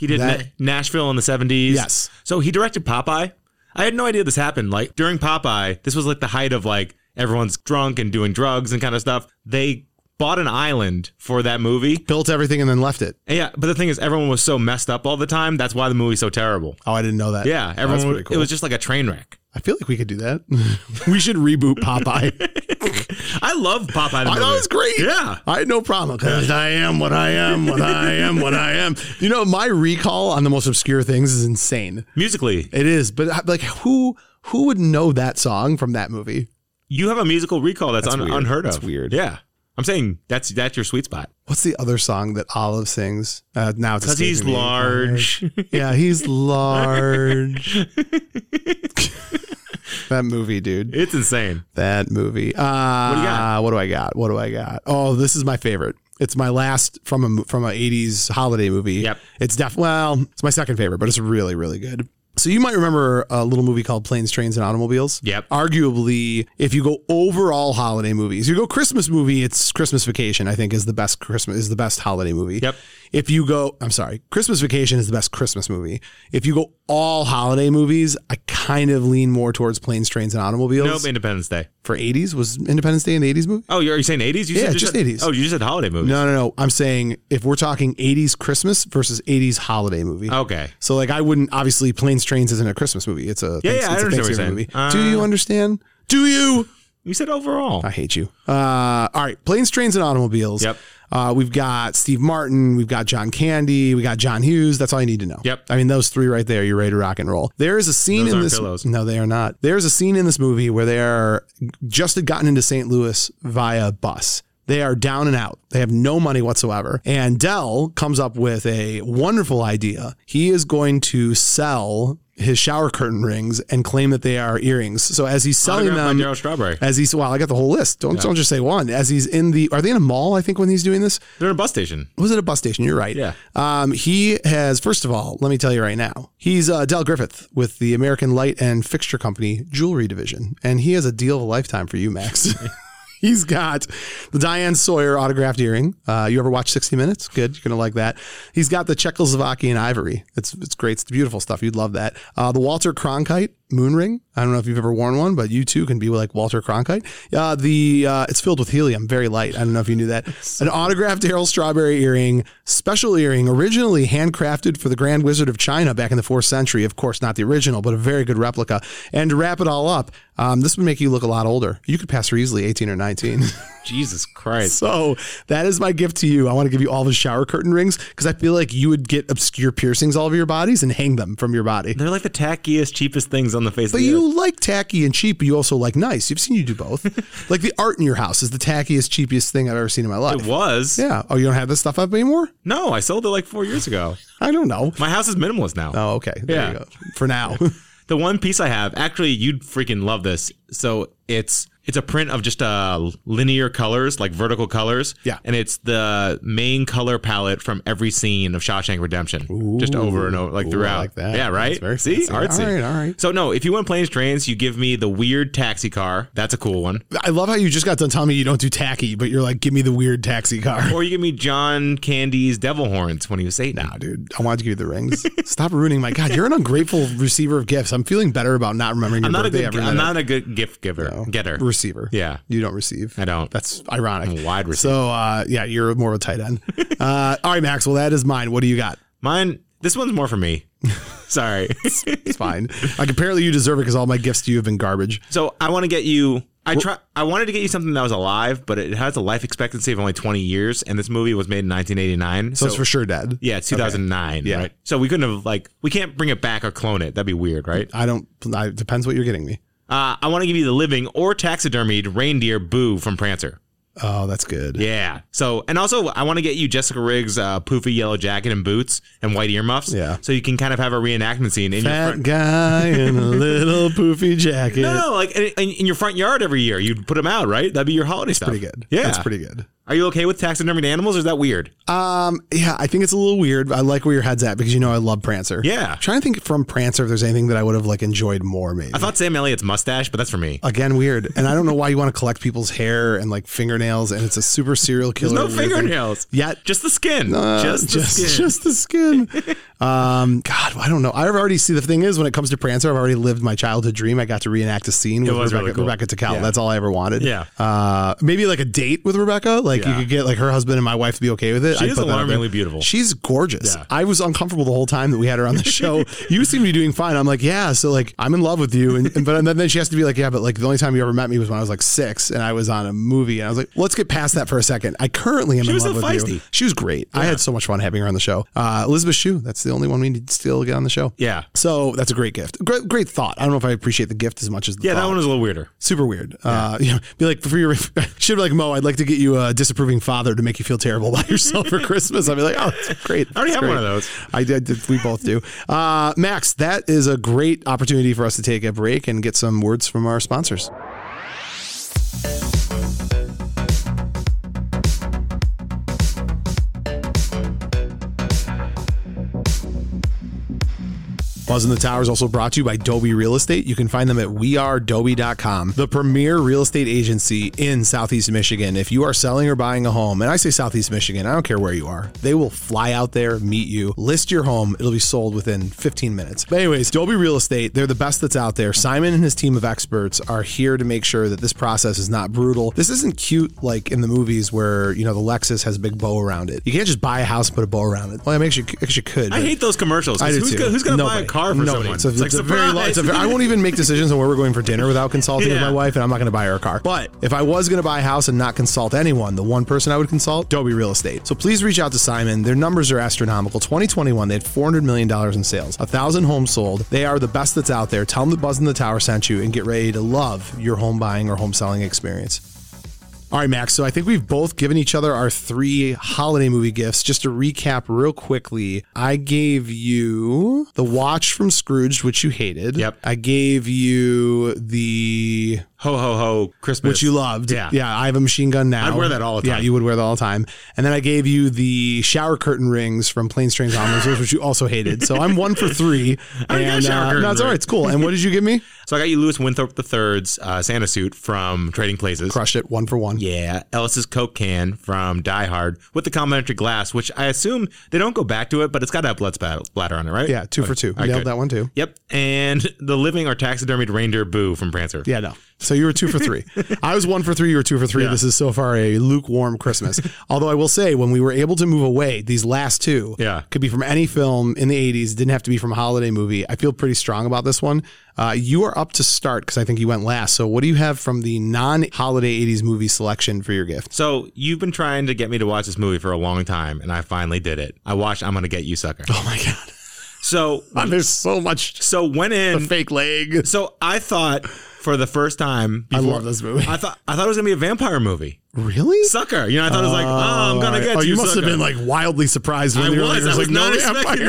He did
That-
Na- Nashville in the seventies.
Yes.
So he directed Popeye. I had no idea this happened. Like during Popeye, this was like the height of like everyone's drunk and doing drugs and kind of stuff. They bought an island for that movie.
Built everything and then left it.
And yeah, but the thing is, everyone was so messed up all the time. That's why the movie's so terrible.
Oh, I didn't know that.
Yeah, everyone.
That's
was-
pretty cool.
It was just like a train wreck.
I feel like we could do that. we should reboot Popeye.
I love Popeye. The
I
movie.
thought it was great.
Yeah.
I had no problem because I am what I am, what I am, what I am. You know, my recall on the most obscure things is insane.
Musically,
It is, but uh, like, who who would know that song from that movie?
you have a musical recall that's, un-
weird.
unheard of.
That's weird.
Yeah, I'm saying that's that's your sweet spot
What's the other song that Olive sings? Uh, now it's
because he's
escaping me.
large.
Yeah, he's large. that movie, dude.
it's insane.
That movie. Uh,
What do you got?
What do I got? What do I got? Oh, this is my favorite. It's my last from a mo- from a '80s holiday movie.
Yep.
It's def. Well, it's my second favorite, but it's really really good. So you might remember a little movie called Planes, Trains, and Automobiles.
Yep.
Arguably, if you go overall holiday movies, you go Christmas movie. It's Christmas Vacation. I think is the best Christmas is the best holiday movie.
Yep.
If you go, I'm sorry, Christmas Vacation is the best Christmas movie. If you go all holiday movies, I kind of lean more towards Planes, Trains, and Automobiles
Nope, Independence Day.
for 80s was Independence Day an 80s movie?
Oh, you're, you saying 80s? You
Yeah,
said
just
said-
80s.
Oh, you just said holiday movies.
No, no, no. I'm saying if we're talking 80s Christmas versus 80s holiday movie.
Okay.
So like I wouldn't obviously Planes Trains isn't a Christmas movie. It's a
Yeah, yeah,
it's
I
a
understand what you're
Thanksgiving
saying.
movie.
Uh,
Do you understand? Do you?
You said overall.
I hate you. Uh, all right, Planes Trains and Automobiles.
Yep.
Uh, we've got Steve Martin, we've got John Candy, we got John Hughes. That's all you need to know.
Yep.
I mean, those three right there, you're ready to rock and roll. There is a scene
Those
in
aren't
this.
pillows.
No, they are not. There's a scene in this movie where they are just had gotten into St. Louis via bus. They are down and out. They have no money whatsoever. And Dell comes up with a wonderful idea. He is going to sell his shower curtain rings and claim that they are earrings. So as he's selling
Autographed by
them,
Gerald Strawberry.
as he's well, I got the whole list. Don't don't just say one. As he's in the are they in a mall? I think when he's doing this,
They're in a bus station.
was it a bus station? You're right.
Yeah.
Um, he has first of all, let me tell you right now, he's uh, Del Griffith with the American Light and Fixture Company Jewelry Division, and he has a deal of a lifetime for you, Max. He's got the Diane Sawyer autographed earring. Uh, you ever watch 60 Minutes? Good. You're going to like that. He's got the Czechoslovakian ivory. It's it's great. It's beautiful stuff. You'd love that. Uh, the Walter Cronkite moon ring. I don't know if you've ever worn one, but you too can be like Walter Cronkite. Uh, the uh, It's filled with helium, very light. I don't know if you knew that. An autographed Harold Strawberry earring, special earring, originally handcrafted for the Grand Wizard of China back in the 4th century. Of course, not the original, but a very good replica. And to wrap it all up, um, this would make you look a lot older. You could pass her easily 18 or 19.
Jesus Christ.
so that is my gift to you. I want to give you all the shower curtain rings because I feel like you would get obscure piercings all over your bodies and hang them from your body.
They're like the tackiest, cheapest things on the face
But
of the earth.
you like tacky and cheap, but you also like nice. You've seen you do both. like the art in your house is the tackiest, cheapest thing I've ever seen in my life.
It was.
Yeah. Oh, you don't have this stuff up anymore?
No, I sold it like four years ago.
I don't know.
My house is minimalist now.
Oh, okay. There
Yeah.
you go. For now.
The one piece I have, actually, you'd freaking love this. So it's it's a print of just uh linear colors, like vertical colors.
Yeah.
And it's the main color palette from every scene of Shawshank Redemption, just over and over, like throughout.
like that.
Yeah, right.
That's very
See,
fancy.
artsy.
All right, all right.
So no, if you want planes, trains, you give me the weird taxi car. That's a cool one.
I love how you just got done telling me you don't do tacky, but you're like, give me the weird taxi car.
Or you give me John Candy's devil horns when he was Satan.
Nah, dude, I wanted to give you the rings. Stop ruining my God. You're an ungrateful receiver of gifts. I'm feeling better about not remembering your
I'm not a
birthday
good.
every
I'm
minute.
not a good gift giver. Getter.
receiver.
Yeah.
you don't receive.
I don't.
That's ironic.
I'm a wide receiver.
So uh, yeah, you're more of a tight end. uh, all right, Max. Well, that is mine. What do you got?
Mine. This one's more for me. Sorry.
It's fine. like apparently you deserve it because all my gifts to you have been garbage.
So I want to get you. I try. I wanted to get you something that was alive, but it has a life expectancy of only 20 years, and this movie was made in 1989.
So, it's for sure dead.
yeah, it's 2009.
Yeah.
Right. So we couldn't have like we can't bring it back or clone it. That'd be weird, right?
I don't. I, it depends what you're getting me.
Uh, I want to give you the living or taxidermied reindeer Boo from Prancer.
Oh, that's good.
Yeah. So and also I want to get you Jessica Riggs' uh, poofy yellow jacket and boots and white earmuffs.
Yeah.
So you can kind of have a reenactment scene in your
Fat
front.
guy in a little poofy jacket.
No, like in, in in your front yard every year, you'd put them out, right? That'd be your holiday stuff.
Pretty good.
Yeah,
that's pretty good.
Are you okay with taxidermied animals? Or is that weird?
Um, yeah, I think it's a little weird. but I like where your head's at because you know I love Prancer.
Yeah.
I'm trying to think from Prancer if there's anything that I would have like enjoyed more. Maybe
I thought Sam Elliott's mustache, but that's for me.
again weird, and I don't know why you want to collect people's hair and like fingernails, and it's a super serial killer.
There's no
weird thing.
fingernails.
Yet
Just the skin.
Uh,
just the
just,
skin.
just the skin. um, God, I don't know. I already see the thing is when it comes to Prancer, I've already lived my childhood dream. I got to reenact a scene with
was
Rebecca,
really cool.
Rebecca Tikal.
Yeah.
That's all I ever wanted.
Yeah.
Uh, maybe like a date with Rebecca, like you
Yeah.
could get like her husband and my wife to be okay with it.
She
I'd
is
put that out there.
alarmingly beautiful.
She's gorgeous.
Yeah.
I was uncomfortable the whole time that we had her on the show. you seem to be doing fine. I'm like, yeah. So like, I'm in love with you. And, and but then, then she has to be like, yeah, but like the only time you ever met me was when I was like six and I was on a movie. And I was like, let's get past that for a second. I currently am in
was
love
so
with you.
feisty.
She was great. I had so much fun having her on the show. Uh, Elizabeth Shue. That's the only one we need to still get on the show.
Yeah.
So that's a great gift. Great, great thought. I don't know if I appreciate the gift as much as the
Yeah,
thought
that one was a little weirder.
super weird. Uh, you know, be like for your should be like Mo. I'd like to get you a disapproving father to make you feel terrible about yourself for Christmas. I'd be like, oh, that's great.
I already
That's
have one
great.
of those.
I did. did- We both do. Uh, Max, that is a great opportunity for us to take a break and get some words from our sponsors. Buzz in the Tower is also brought to you by Doby Real Estate. You can find them at wearedoby.com, the premier real estate agency in Southeast Michigan. If you are selling or buying a home, and I say Southeast Michigan, I don't care where you are, they will fly out there, meet you, list your home. It'll be sold within 15 minutes. But, anyways, Doby Real Estate, they're the best that's out there. Simon and his team of experts are here to make sure that this process is not brutal. This isn't cute like in the movies where, you know, the Lexus has a big bow around it. You can't just buy a house and put a bow around it. Well, I guess you, I guess you could.
I
but-
hate those commercials. 'cause
I do
who's
too.
Gonna, who's going to buy a
Nobody.
car for
Nobody.
someone?
So
it's like
it's a very
surprise.
large. It's a very, I won't even make decisions on where we're going for dinner without consulting with
Yeah.
my wife, and I'm not going to buy her a car. But if I was going to buy a house and not consult anyone, the one person I would consult, Dobie Real Estate. So please reach out to Simon. Their numbers are astronomical. 2021, they had 400 million dollars in sales, a thousand homes sold. They are the best that's out there. Tell them the buzz in the tower sent you, and get ready to love your home buying or home selling experience. All right, Max. So I think we've both given each other our three holiday movie gifts. Just to recap real quickly, I gave you the watch from Scrooge, which you hated.
Yep.
I gave you the
ho ho ho Christmas.
which you loved.
Yeah.
Yeah. I have a machine gun now.
I'd wear that all the
Yeah,
time.
you would wear that all the time. And then I gave you the shower curtain rings from Plain Strange Omnibus, which you also hated. So I'm one for three.
I already got
and
a shower
uh,
curtain
no, it's all
ring.
right. It's cool. And what did you give me?
So I got you Lewis Winthrop III's uh, Santa suit from Trading Places.
Crushed it. One for one.
Yeah, Ellis's Coke can from Die Hard with the complimentary glass, which I assume they don't go back to it, but it's got to have blood spat- splatter on it, right?
Yeah, two for two.
right,
Nailed
good.
that one too.
Yep. And the living or taxidermied reindeer Boo from Prancer.
Yeah, no. So you were two for three. I was one for three. You were two for three.
Yeah.
This is so far a lukewarm Christmas. Although I will say, when we were able to move away, these last two
Yeah.
could be from any film in the 80s, didn't have to be from a holiday movie. I feel pretty strong about this one. Uh, you are up to start because I think you went last. So what do you have from the non holiday 80s movie selection for your gift?
So you've been trying to get me to watch this movie for a long time, and I finally did it. I watched "I'm Gonna Get You, Sucker."
Oh my God.
So,
There's so much
so went in.
fake leg.
So I thought for the first time,
I
before-
love this movie.
I thought I thought it was gonna be a vampire movie.
Really?
Sucker, you know, I thought it was like, oh, I'm gonna get
oh,
you.
you must
sucker.
have been like wildly surprised when
I
they were
was.
like,
I
there's,
was
like,
not
no
expecting.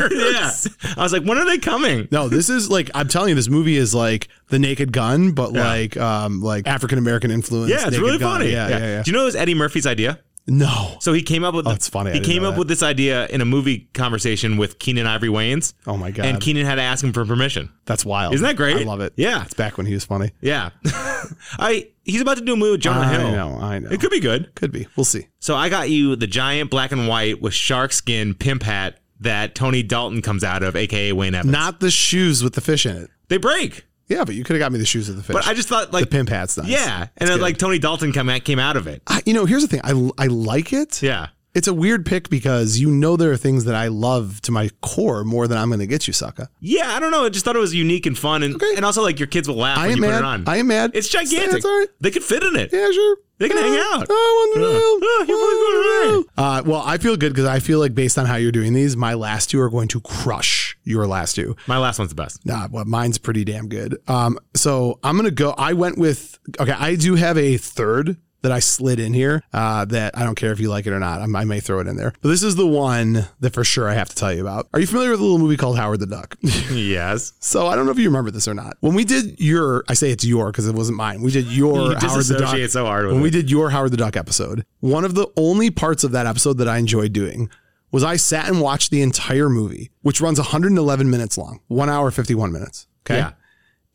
vampires.
Yeah, I was like, when are they coming?
No, this is like I'm telling you, this movie is like the Naked Gun, but
Yeah.
like um like African American influence.
Yeah, it's
Naked
really
Gun.
funny.
Yeah, yeah, yeah.
Do you know it was Eddie Murphy's idea?
No.
So he came up with.
it's funny. I
He
didn't
came
know
up
that.
with this idea in a movie conversation with Keenan Ivory Wayans.
Oh my god.
And Keenan had to ask him for permission.
That's wild.
Isn't that great?
I love it.
Yeah.
It's back when he was funny.
Yeah, I he's about to do a movie with Jonah
I
Hill.
know, I know.
It could be good.
Could be. We'll see.
So I got you the giant black and white with shark skin pimp hat that Tony Dalton comes out of, aka Wayne Evans.
Not the shoes with the fish in it.
they break,
Yeah, but you could have got me the shoes with the fish.
but I just thought like
the pimp hat's nice.
yeah, and then,
good.
like Tony Dalton come out, came out of it.
I, you know, here's the thing. I I like it.
Yeah,
It's a weird pick because you know there are things that I love to my core more than I'm going to get you, sucker.
yeah. I don't know. I just thought it was unique and fun, and
Okay.
and also like your kids will laugh
I
when
am
you put
mad.
it on.
I am mad.
it's gigantic.
That's all right.
They could fit in it.
Yeah, sure.
They can
Yeah.
hang out.
Oh, I wanted to
Yeah.
know.
Oh, your boy's going to
I wanted to know.
learn.
Uh, well, I feel good because I feel like based on how you're doing these, my last two are going to crush your last two.
My last one's the best.
Nah, well, mine's pretty damn good. Um, so I'm gonna go. I went with okay. I do have a third that I slid in here. Uh, that I don't care if you like it or not. I'm, I may throw it in there, but this is the one that for sure I have to tell you about. Are you familiar with a little movie called Howard the Duck?
yes.
So I don't know if you remember this or not. When we did your, I say it's your because it wasn't mine. We did your
You
Howard the Duck.
disassociate so hard with
when we
it.
did your Howard the Duck episode, one of the only parts of that episode that I enjoyed doing was I sat and watched the entire movie, which runs 111 minutes long, one hour 51 minutes. Okay,
Yeah.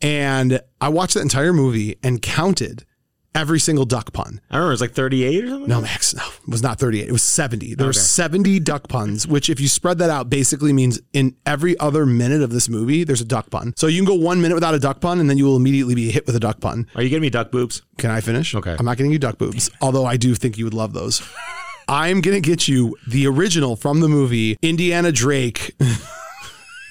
and I watched that entire movie and counted every single duck pun.
I remember it was like 38 or something.
No, Max, no, it was not 38. It was 70. There were 70 duck puns, which, if you spread that out, basically means in every other minute of this movie, there's a duck pun. So you can go one minute without a duck pun, and then you will immediately be hit with a duck pun.
Are you getting me duck boobs?
Can I finish?
Okay.
I'm not getting you duck boobs, although I do think you would love those. I'm going to get you the original from the movie Indiana Drake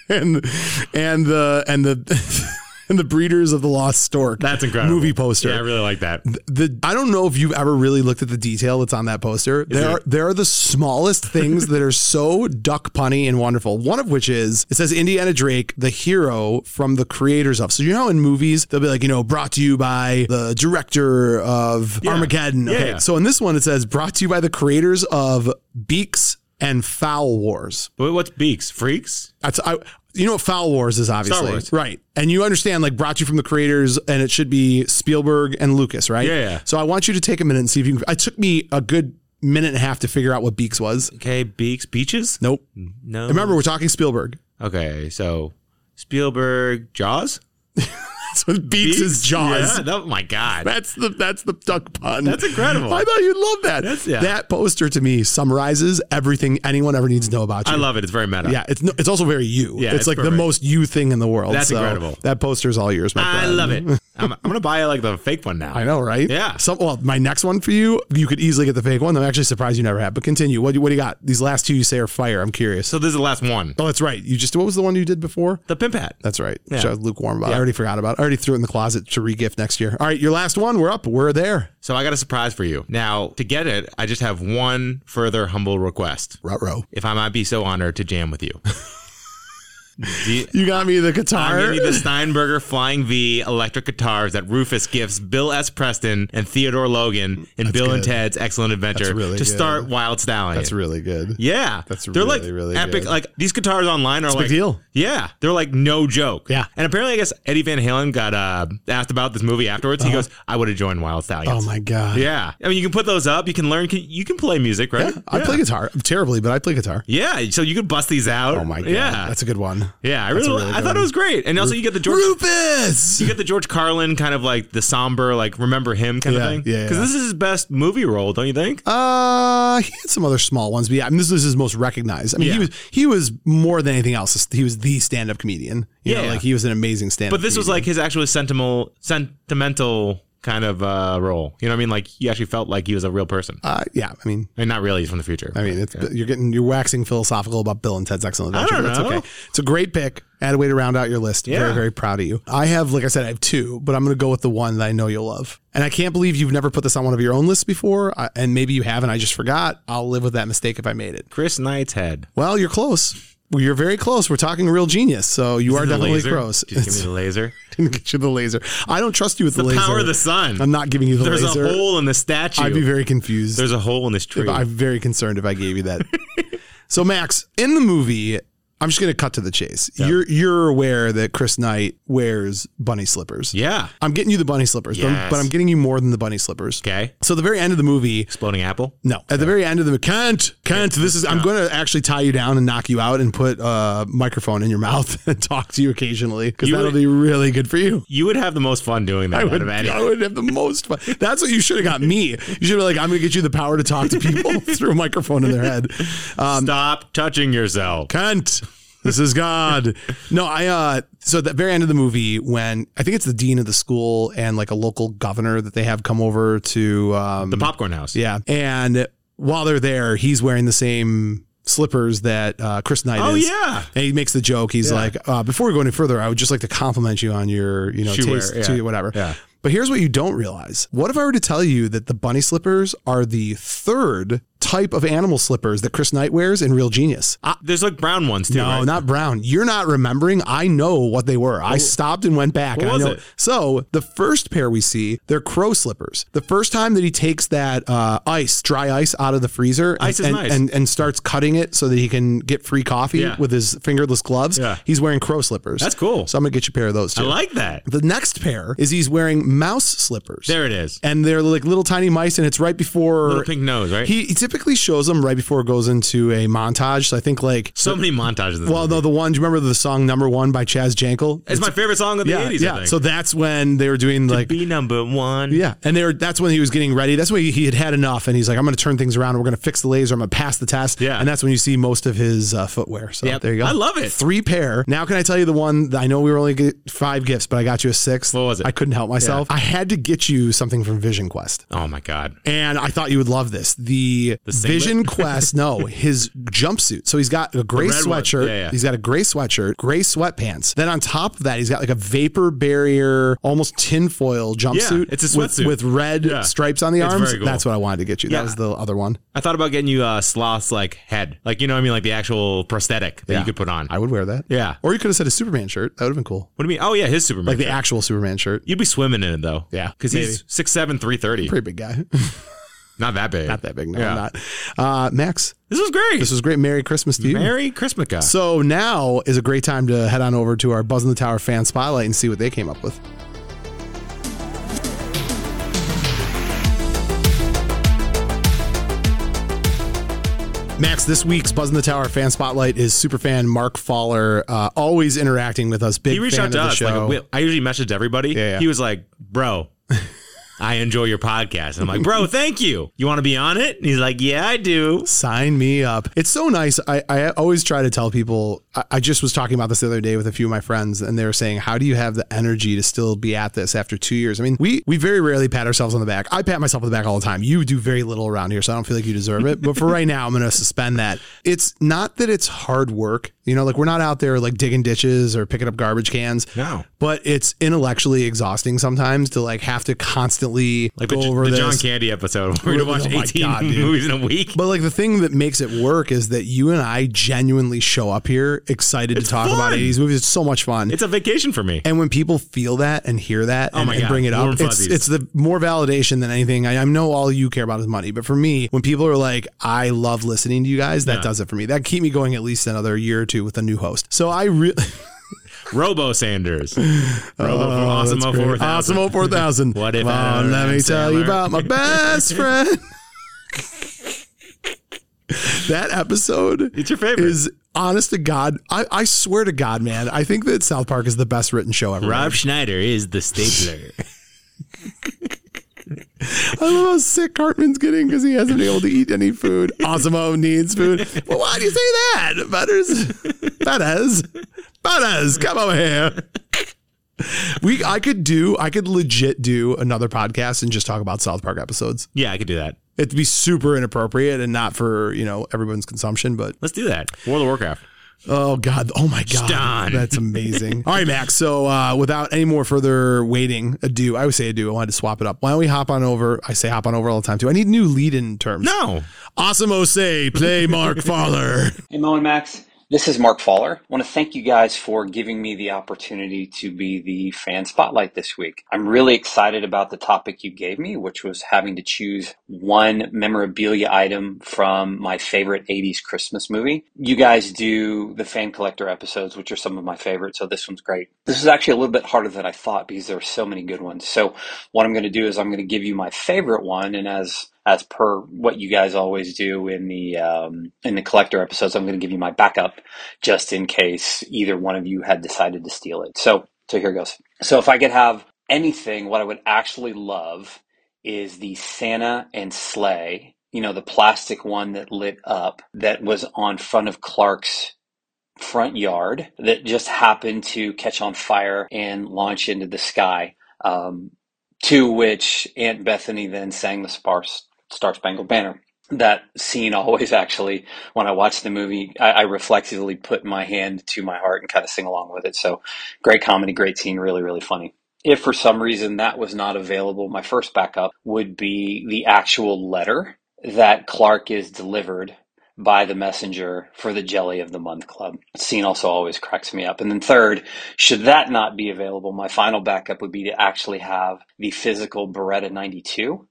and and the and the and the breeders of the lost stork.
That's incredible.
Movie poster
Yeah, I really like that.
the I don't know if you've ever really looked at the detail that's on that poster. there are there are the smallest things that are so duck punny and wonderful. One of which is it says Indiana Drake, the hero from the creators of. So you know how in movies they'll be like, you know, brought to you by the director of Armageddon.
Yeah,
Okay.
yeah.
So in this one it says brought to you by the creators of Beaks and Foul Wars.
Wait, what's beaks? Freaks?
That's I. You know what Foul Wars is obviously
Wars.
right, and you understand like brought you from the creators, and it should be Spielberg and Lucas, right?
Yeah, yeah.
So I want you to take a minute and see if you. can It took me a good minute and a half to figure out what Beaks was.
Okay, beaks, beaches.
Nope.
No.
Remember, we're talking Spielberg.
Okay, so Spielberg, Jaws.
That's what Beaks, is Jaws.
Yeah, that- oh my god.
That's the that's the duck pun.
That's incredible.
I thought you'd love that.
That's- yeah.
That poster to me summarizes everything anyone ever needs to know about you.
I love it. It's very meta.
Yeah, it's no, it's also very you.
Yeah,
it's,
it's
like the
perfect.
most you thing in the world.
That's
So
incredible.
That poster is all yours, my
I
friend.
love it. I'm, I'm gonna buy like the fake one now.
I know, right?
Yeah.
Some, well, my next one for you, you could easily get the fake one. I'm actually surprised you never have. But continue. What do you, what do you got? These last two you say are fire. I'm curious.
So this is the last one.
Oh, that's right. You just what was the one you did before?
The pimp hat.
That's right.
Yeah.
Which I was lukewarm about. I already forgot about. It. I already threw it in the closet to regift next year. All right, your last one. We're up. We're there.
So I got a surprise for you. Now to get it, I just have one further humble request.
Ruh-roh.
If I might be so honored to jam with you. Do you-
You got me the guitar.
I'm gonna need the Steinberger Flying V electric guitars that Rufus gifts Bill S. Preston and Theodore Logan in Bill and
good.
Ted's Excellent Adventure
That's really
to
good.
start Wild Stallion.
That's really good.
Yeah,
That's
they're like
really, really
epic.
good.
Like these guitars online are like
big deal.
Yeah, they're like no joke.
Yeah.
and apparently, I guess Eddie Van Halen got uh, asked about this movie afterwards. He goes, "I would have joined Wild
Uh-huh. Oh
Stallions."
my god.
Yeah, I mean, you can put those up. You can learn. Can, you can play music, right?
I play guitar terribly, but I play guitar.
Yeah, so you can bust these out.
Oh my god.
Yeah,
That's a good one.
yeah. I
that's a
really,
really
I
good
thought it
one.
was great, and also you get the George.
Rufus.
You get the George Carlin kind of like the somber, like remember him kind
Yeah,
of thing.
yeah,
because
yeah.
this is his best movie role, don't you think?
Uh, he had some other small ones, but yeah, I mean, this was his most recognized. I mean,
Yeah.
he was he was more than anything else. He was the stand-up comedian. You know,
Yeah.
like he was an amazing stand-up.
But this was like his actual sentimental, sentimental kind of uh, role. You know what I mean? Like you actually felt like he was a real person.
uh, yeah. I mean,
I mean, not really. He's from the future.
I mean, it's, you're getting you're waxing philosophical about Bill and Ted's Excellent
I
Adventure.
don't
but
know.
It's okay. It's a great pick. Add a way to round out your list.
Yeah.
Very very proud of you. I have, like I said, I have two, but I'm going to go with the one that I know you'll love. And I can't believe you've never put this on one of your own lists before. I, and maybe you haven't. I just forgot. I'll live with that mistake if I made it.
Chris Knight's head.
Well, you're close. Well, You're very close. We're talking real genius. So you are
The
definitely
laser.
close.
Just give me the laser.
didn't get you the laser. I don't trust you with the, laser.
Power of the sun.
I'm not giving you the
There's
laser.
a hole in the statue.
I'd be very confused.
There's a hole in this tree.
I'm very concerned if I gave you that. so Max, in the movie, I'm just going to cut to the chase. You're you're aware that Chris Knight wears bunny slippers.
yeah.
I'm getting you the bunny slippers, but, I'm,
Yes.
but I'm getting you more than the bunny slippers.
Okay.
So the very end of the movie,
Exploding apple.
no. At the very end of the Kent, Kent, this is I'm going to actually tie you down and knock you out and put a microphone in your mouth and talk to you occasionally because
You
that'll
would-
be really good for you.
You would have the most fun doing that.
I
out
would,
of any-
I would have the most fun. That's what you should have got me. You should have like, I'm going to get you the power to talk to people through a microphone in their head. Um,
Stop touching yourself.
Kent, this is God. no, I, uh, so at the very end of the movie, when I think it's the dean of the school and like a local governor that they have come over to, um,
The popcorn house.
yeah. And while they're there, he's wearing the same slippers that uh, Chris Knight
Oh
is.
yeah.
And he makes the joke. He's like, uh, before we go any further, I would just like to compliment you on your, you know,
Shoe wear,
taste,
yeah.
to whatever.
Yeah.
But here's what you don't realize. What if I were to tell you that the bunny slippers are the third type of animal slippers that Chris Knight wears in Real Genius? I,
There's like brown ones too.
no,
right?
not brown. You're not remembering. I know what they were. I stopped and went back. and I
was
know.
it?
So the first pair we see, they're crow slippers. The first time that he takes that uh, ice, dry ice out of the freezer and,
Ice is
and,
nice.
and, and starts cutting it so that he can get free coffee
Yeah.
with his fingerless gloves,
Yeah.
he's wearing crow slippers.
That's cool.
So I'm going to get you a pair of those
I
too.
like that.
the next pair is he's wearing mouse slippers.
There it is.
and they're like little tiny mice, and it's right before
Little pink nose, right?
he, he typically typically shows them right before it goes into a montage. So I think like
So many montages. In this
well,
movie.
no, the one. Do you remember the song "Number One" by Chaz Jankel?
it's my favorite song of the
yeah,
80s. I
yeah.
think.
So that's when they were doing like
be number one.
Yeah, and they were, that's when he was getting ready. That's when he had had enough, and he's like, "I'm going to turn things around. We're going to fix the laser. I'm going to pass the test."
Yeah.
and that's when you see most of his uh, footwear. So
Yep.
there you go.
I love it.
Three pair. Now, can I tell you the one? That I know we were only get five gifts, but I got you a sixth.
What was it?
I couldn't help myself. I had to get you something from Vision Quest.
Oh my god.
And I thought you would love this. The,
singlet?
Vision Quest, no, his jumpsuit. So he's got a gray
red one.
sweatshirt.
Yeah, yeah.
He's got a gray sweatshirt, gray sweatpants. Then on top of that, he's got like a vapor barrier, almost tinfoil jumpsuit.
it's a
with-
sweatsuit.
With, red
Yeah.
stripes on the
It's
arms.
very cool.
That's what I wanted to get you. That
Yeah.
was the other one.
I thought about getting you a sloth's like head, like you know what I mean, like the actual prosthetic that
Yeah.
you could put on.
I would wear that.
Yeah.
Or you could have said a Superman shirt. That would have been cool.
What do you mean? Oh yeah, his Superman.
Like the
shirt.
actual Superman shirt.
You'd be swimming in it though.
Yeah,
because he's six seven, three thirty.
Pretty big guy.
Not that big.
not that big. No,
Yeah.
not. Uh, Max,
This was great.
this was great. Merry Christmas to you.
Merry Christmas.
So now is a great time to head on over to our Buzz in the Tower fan spotlight and see what they came up with. Max, this week's Buzz in the Tower fan spotlight is superfan Mark Fowler, uh, always interacting with us. Big
he reached
fan
out to
of the
us.
show.
Like, we- I usually message everybody.
Yeah, yeah.
He was like, "Bro, I enjoy your podcast." And I'm like, "Bro, thank you. You want to be on it?" And he's like, "Yeah, I do."
Sign me up. It's so nice. I, I always try to tell people, I, I just was talking about this the other day with a few of my friends, and they were saying, How do you have the energy to still be at this after two years? I mean, we, we very rarely pat ourselves on the back. I pat myself on the back all the time. You do very little around here, so I don't feel like you deserve it. But for right now, I'm going to suspend that. It's not that it's hard work. You know, like we're not out there like digging ditches or picking up garbage cans.
No.
But it's intellectually exhausting sometimes to like have to constantly
Like
go
the,
over
the
this.
John Candy episode. We're
Oh
gonna watch
my
18
God, dude.
movies in a week.
But like the thing that makes it work is that you and I genuinely show up here excited to talk about
fun.
80s movies. It's so much fun.
It's a vacation for me.
and when people feel that and hear that and,
my
and
God,
bring it
warm
up, it's,
fuzzies.
it's the more validation than anything. I, I know all you care about is money, but for me, when people are like, I love listening to you guys, that does it for me. That keep me going at least another year or two with a new host. So I really,
Robo Sanders. Robo from Osmo 4000.
Oh, Awesome 4000.
What if
Come
I
on,
were
let
Adam
me tell you
Sandler?
about my best friend. that episode
It's your favorite.
is honest to God. I, I swear to God, man. I think that South Park is the best written show ever.
Rob Schneider is the stapler.
I love how sick Cartman's getting because he hasn't been able to eat any food. Osmo needs food. Well, why do you say that? Butters, Butters, Butters, come over here. We, I could do, I could legit do another podcast and just talk about South Park episodes.
yeah, I could do that.
It'd be super inappropriate and not for you know everyone's consumption. But
Let's do that. World of Warcraft.
oh god, oh my god,
Stan.
that's amazing. All right, Max. So uh, without any more further waiting, ado, I would say ado. I wanted to swap it up. Why don't we hop on over? I say hop on over all the time too. I need new lead-in terms.
No.
Awesome Osei, play Mark Fowler.
Hey, Mo and Max. This is Mark Fowler. I want to thank you guys for giving me the opportunity to be the fan spotlight this week. I'm really excited about the topic you gave me, which was having to choose one memorabilia item from my favorite 80s Christmas movie. You guys do the fan collector episodes, which are some of my favorites, so this one's great. This is actually a little bit harder than I thought because there are so many good ones. So, what I'm going to do is I'm going to give you my favorite one, and as as per what you guys always do in the um, in the collector episodes, I'm going to give you my backup just in case either one of you had decided to steal it. So, so here goes. So, if I could have anything, what I would actually love is the Santa and sleigh. You know, the plastic one that lit up that was on front of Clark's front yard that just happened to catch on fire and launch into the sky. Um, to which Aunt Bethany then sang the sparse Star Spangled Banner. That scene always actually, when I watch the movie, I, I reflexively put my hand to my heart and kind of sing along with it. So great comedy, great scene, really, really funny. If for some reason that was not available, my first backup would be the actual letter that Clark is delivered by the messenger for the Jelly of the Month Club. Scene also always cracks me up. And then third, should that not be available, my final backup would be to actually have the physical Beretta 92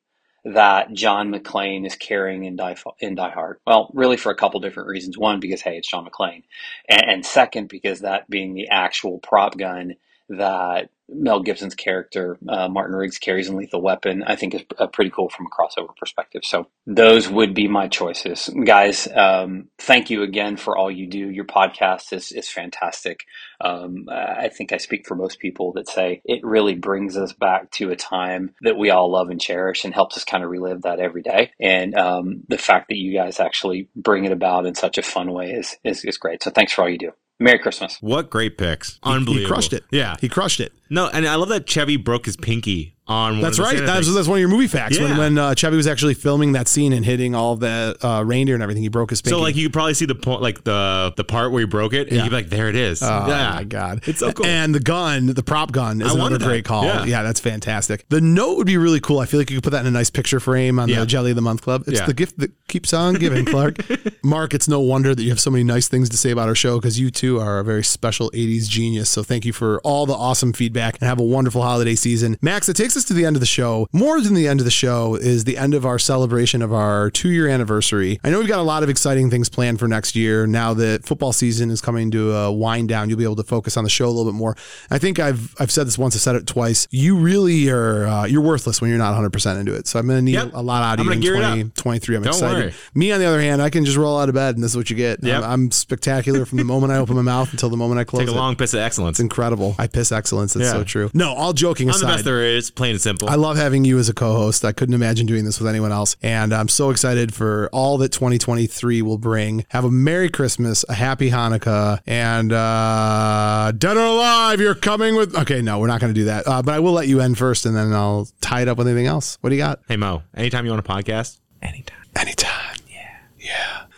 that John McClane is carrying in Die, in Die Hard. Well, really for a couple different reasons. One, because hey, it's John McClane. And, and second, because that being the actual prop gun that Mel Gibson's character, uh, Martin Riggs, carries in Lethal Weapon, I think is uh, pretty cool from a crossover perspective. So those would be my choices. Guys, um, thank you again for all you do. Your podcast is, is fantastic. Um, I think I speak for most people that say it really brings us back to a time that we all love and cherish and helps us kind of relive that every day. And um, the fact that you guys actually bring it about in such a fun way is, is, is great. So thanks for all you do. Merry Christmas.
What great picks.
He-
Unbelievable.
He crushed it.
Yeah.
He crushed it.
No, and I love that Chevy broke his pinky on one
That's
of the
right.
Santa
That's,
things.
that's one of your movie facts. When,
Yeah.
when uh, Chevy was actually filming that scene and hitting all the uh, reindeer and everything, he broke his pinky.
So like you could probably see the point like the the part where he broke it and
Yeah.
you'd be like, there it is.
Oh
yeah.
my god,
It's so cool.
And the gun, the prop gun, is
I
another
wanted that.
great call. Yeah.
Yeah.
that's fantastic. The note would be really cool. I feel like you could put that in a nice picture frame on
Yeah.
the Jelly of the Month Club. It's
Yeah.
the gift that keeps on giving, Clark. Mark, it's no wonder that you have so many nice things to say about our show because you too are a very special '80s genius. So thank you for all the awesome feedback and have a wonderful holiday season, Max. It takes us to the end of the show. More than the end of the show is the end of our celebration of our two-year anniversary. I know we've got a lot of exciting things planned for next year. Now that football season is coming to a wind down, you'll be able to focus on the show a little bit more. I think I've I've said this once, I've said it twice. You really are uh, you're worthless when you're not 100 percent into it. So I'm going to need
Yep.
a lot out of
I'm
you
gonna
in
gear it
20, 23. I'm
Don't
excited.
worry.
Me, on the other hand, I can just roll out of bed and this is what you get.
Yep.
I'm, I'm spectacular from the moment I open my mouth until the moment I close
Take a
it.
long piss of excellence.
it's incredible. I piss excellence. It's
Yeah.
so true. No, all joking
I'm the
aside.
best there is, plain and simple.
I love having you as a co-host. I couldn't imagine doing this with anyone else, and I'm so excited for all that 2023 will bring. Have a Merry Christmas, a Happy Hanukkah, and uh, dead or alive, you're coming with. Okay, no, we're not going to do that. Uh, but I will let you end first, and then I'll tie it up with anything else. What do you got?
hey Mo, anytime you want a podcast, anytime.
Anytime.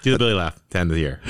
Do the Billy laugh to end of the year.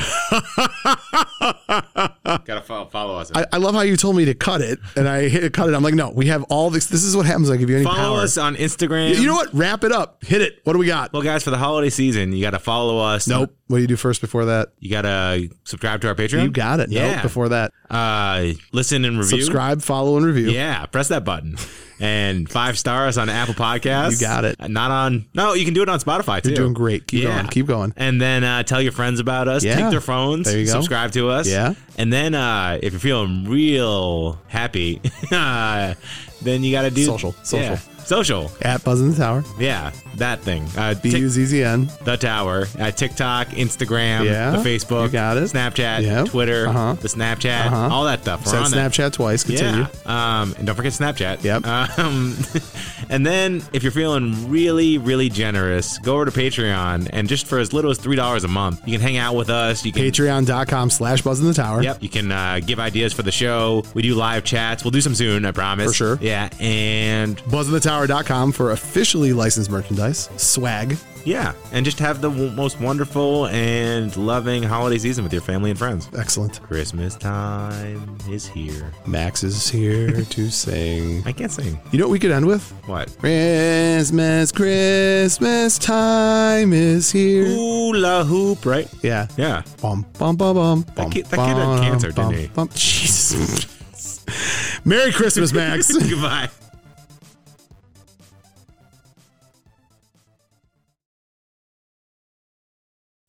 Gotta follow, follow us.
I, I love how you told me to cut it, and I hit cut it. I'm like, no, we have all this. This is what happens. I give you any
follow
power.
us on Instagram.
You know what? Wrap it up. Hit it. What do we got?
Well, guys, for the holiday season, you gotta follow us.
Nope. What do you do first before that?
You gotta subscribe to our Patreon.
You got it.
Yeah.
Nope. Before that,
uh, listen and review.
subscribe, follow, and review.
Yeah, press that button. And five stars on Apple Podcasts.
You got it.
Not on. No, you can do it on Spotify too.
You're doing great. Keep
Yeah.
going. Keep going.
And then uh, tell your friends about us.
Yeah.
Take their phones.
There you go.
Subscribe to us.
Yeah.
And then uh, if you're feeling real happy, uh, then you got to do
Social. Social.
Yeah. social.
At Buzz in the Tower.
Yeah, that thing. Uh,
B U
tick-
Z Z N.
the tower. Uh, TikTok, Instagram,
Yeah.
the Facebook,
You got it.
Snapchat,
Yep.
Twitter,
Uh-huh.
the Snapchat,
Uh-huh.
all that stuff. We're
Said
on that.
Snapchat twice. Continue.
Yeah. Um, and don't forget Snapchat.
Yep.
Um, and then if you're feeling really, really generous, go over to Patreon and just for as little as three dollars a month, you can hang out with us. You can.
Patreon.com slash Buzz in the Tower.
Yep, you can uh, give ideas for the show. We do live chats. We'll do some soon, I promise.
For sure.
Yeah, and
BuzzinTheTower.com for officially licensed merchandise, swag.
yeah, and just have the w- most wonderful and loving holiday season with your family and friends.
Excellent.
Christmas time is here.
Max is here to sing.
I can't sing.
You know what we could end with?
What?
Christmas, Christmas time is here.
Hula hoop, right?
Yeah.
Yeah.
Bum, bum, bum, bum, bum,
kid- that kid had
bum,
cancer, didn't
bum,
he?
bum. Jesus. Merry Christmas, Max.
Goodbye.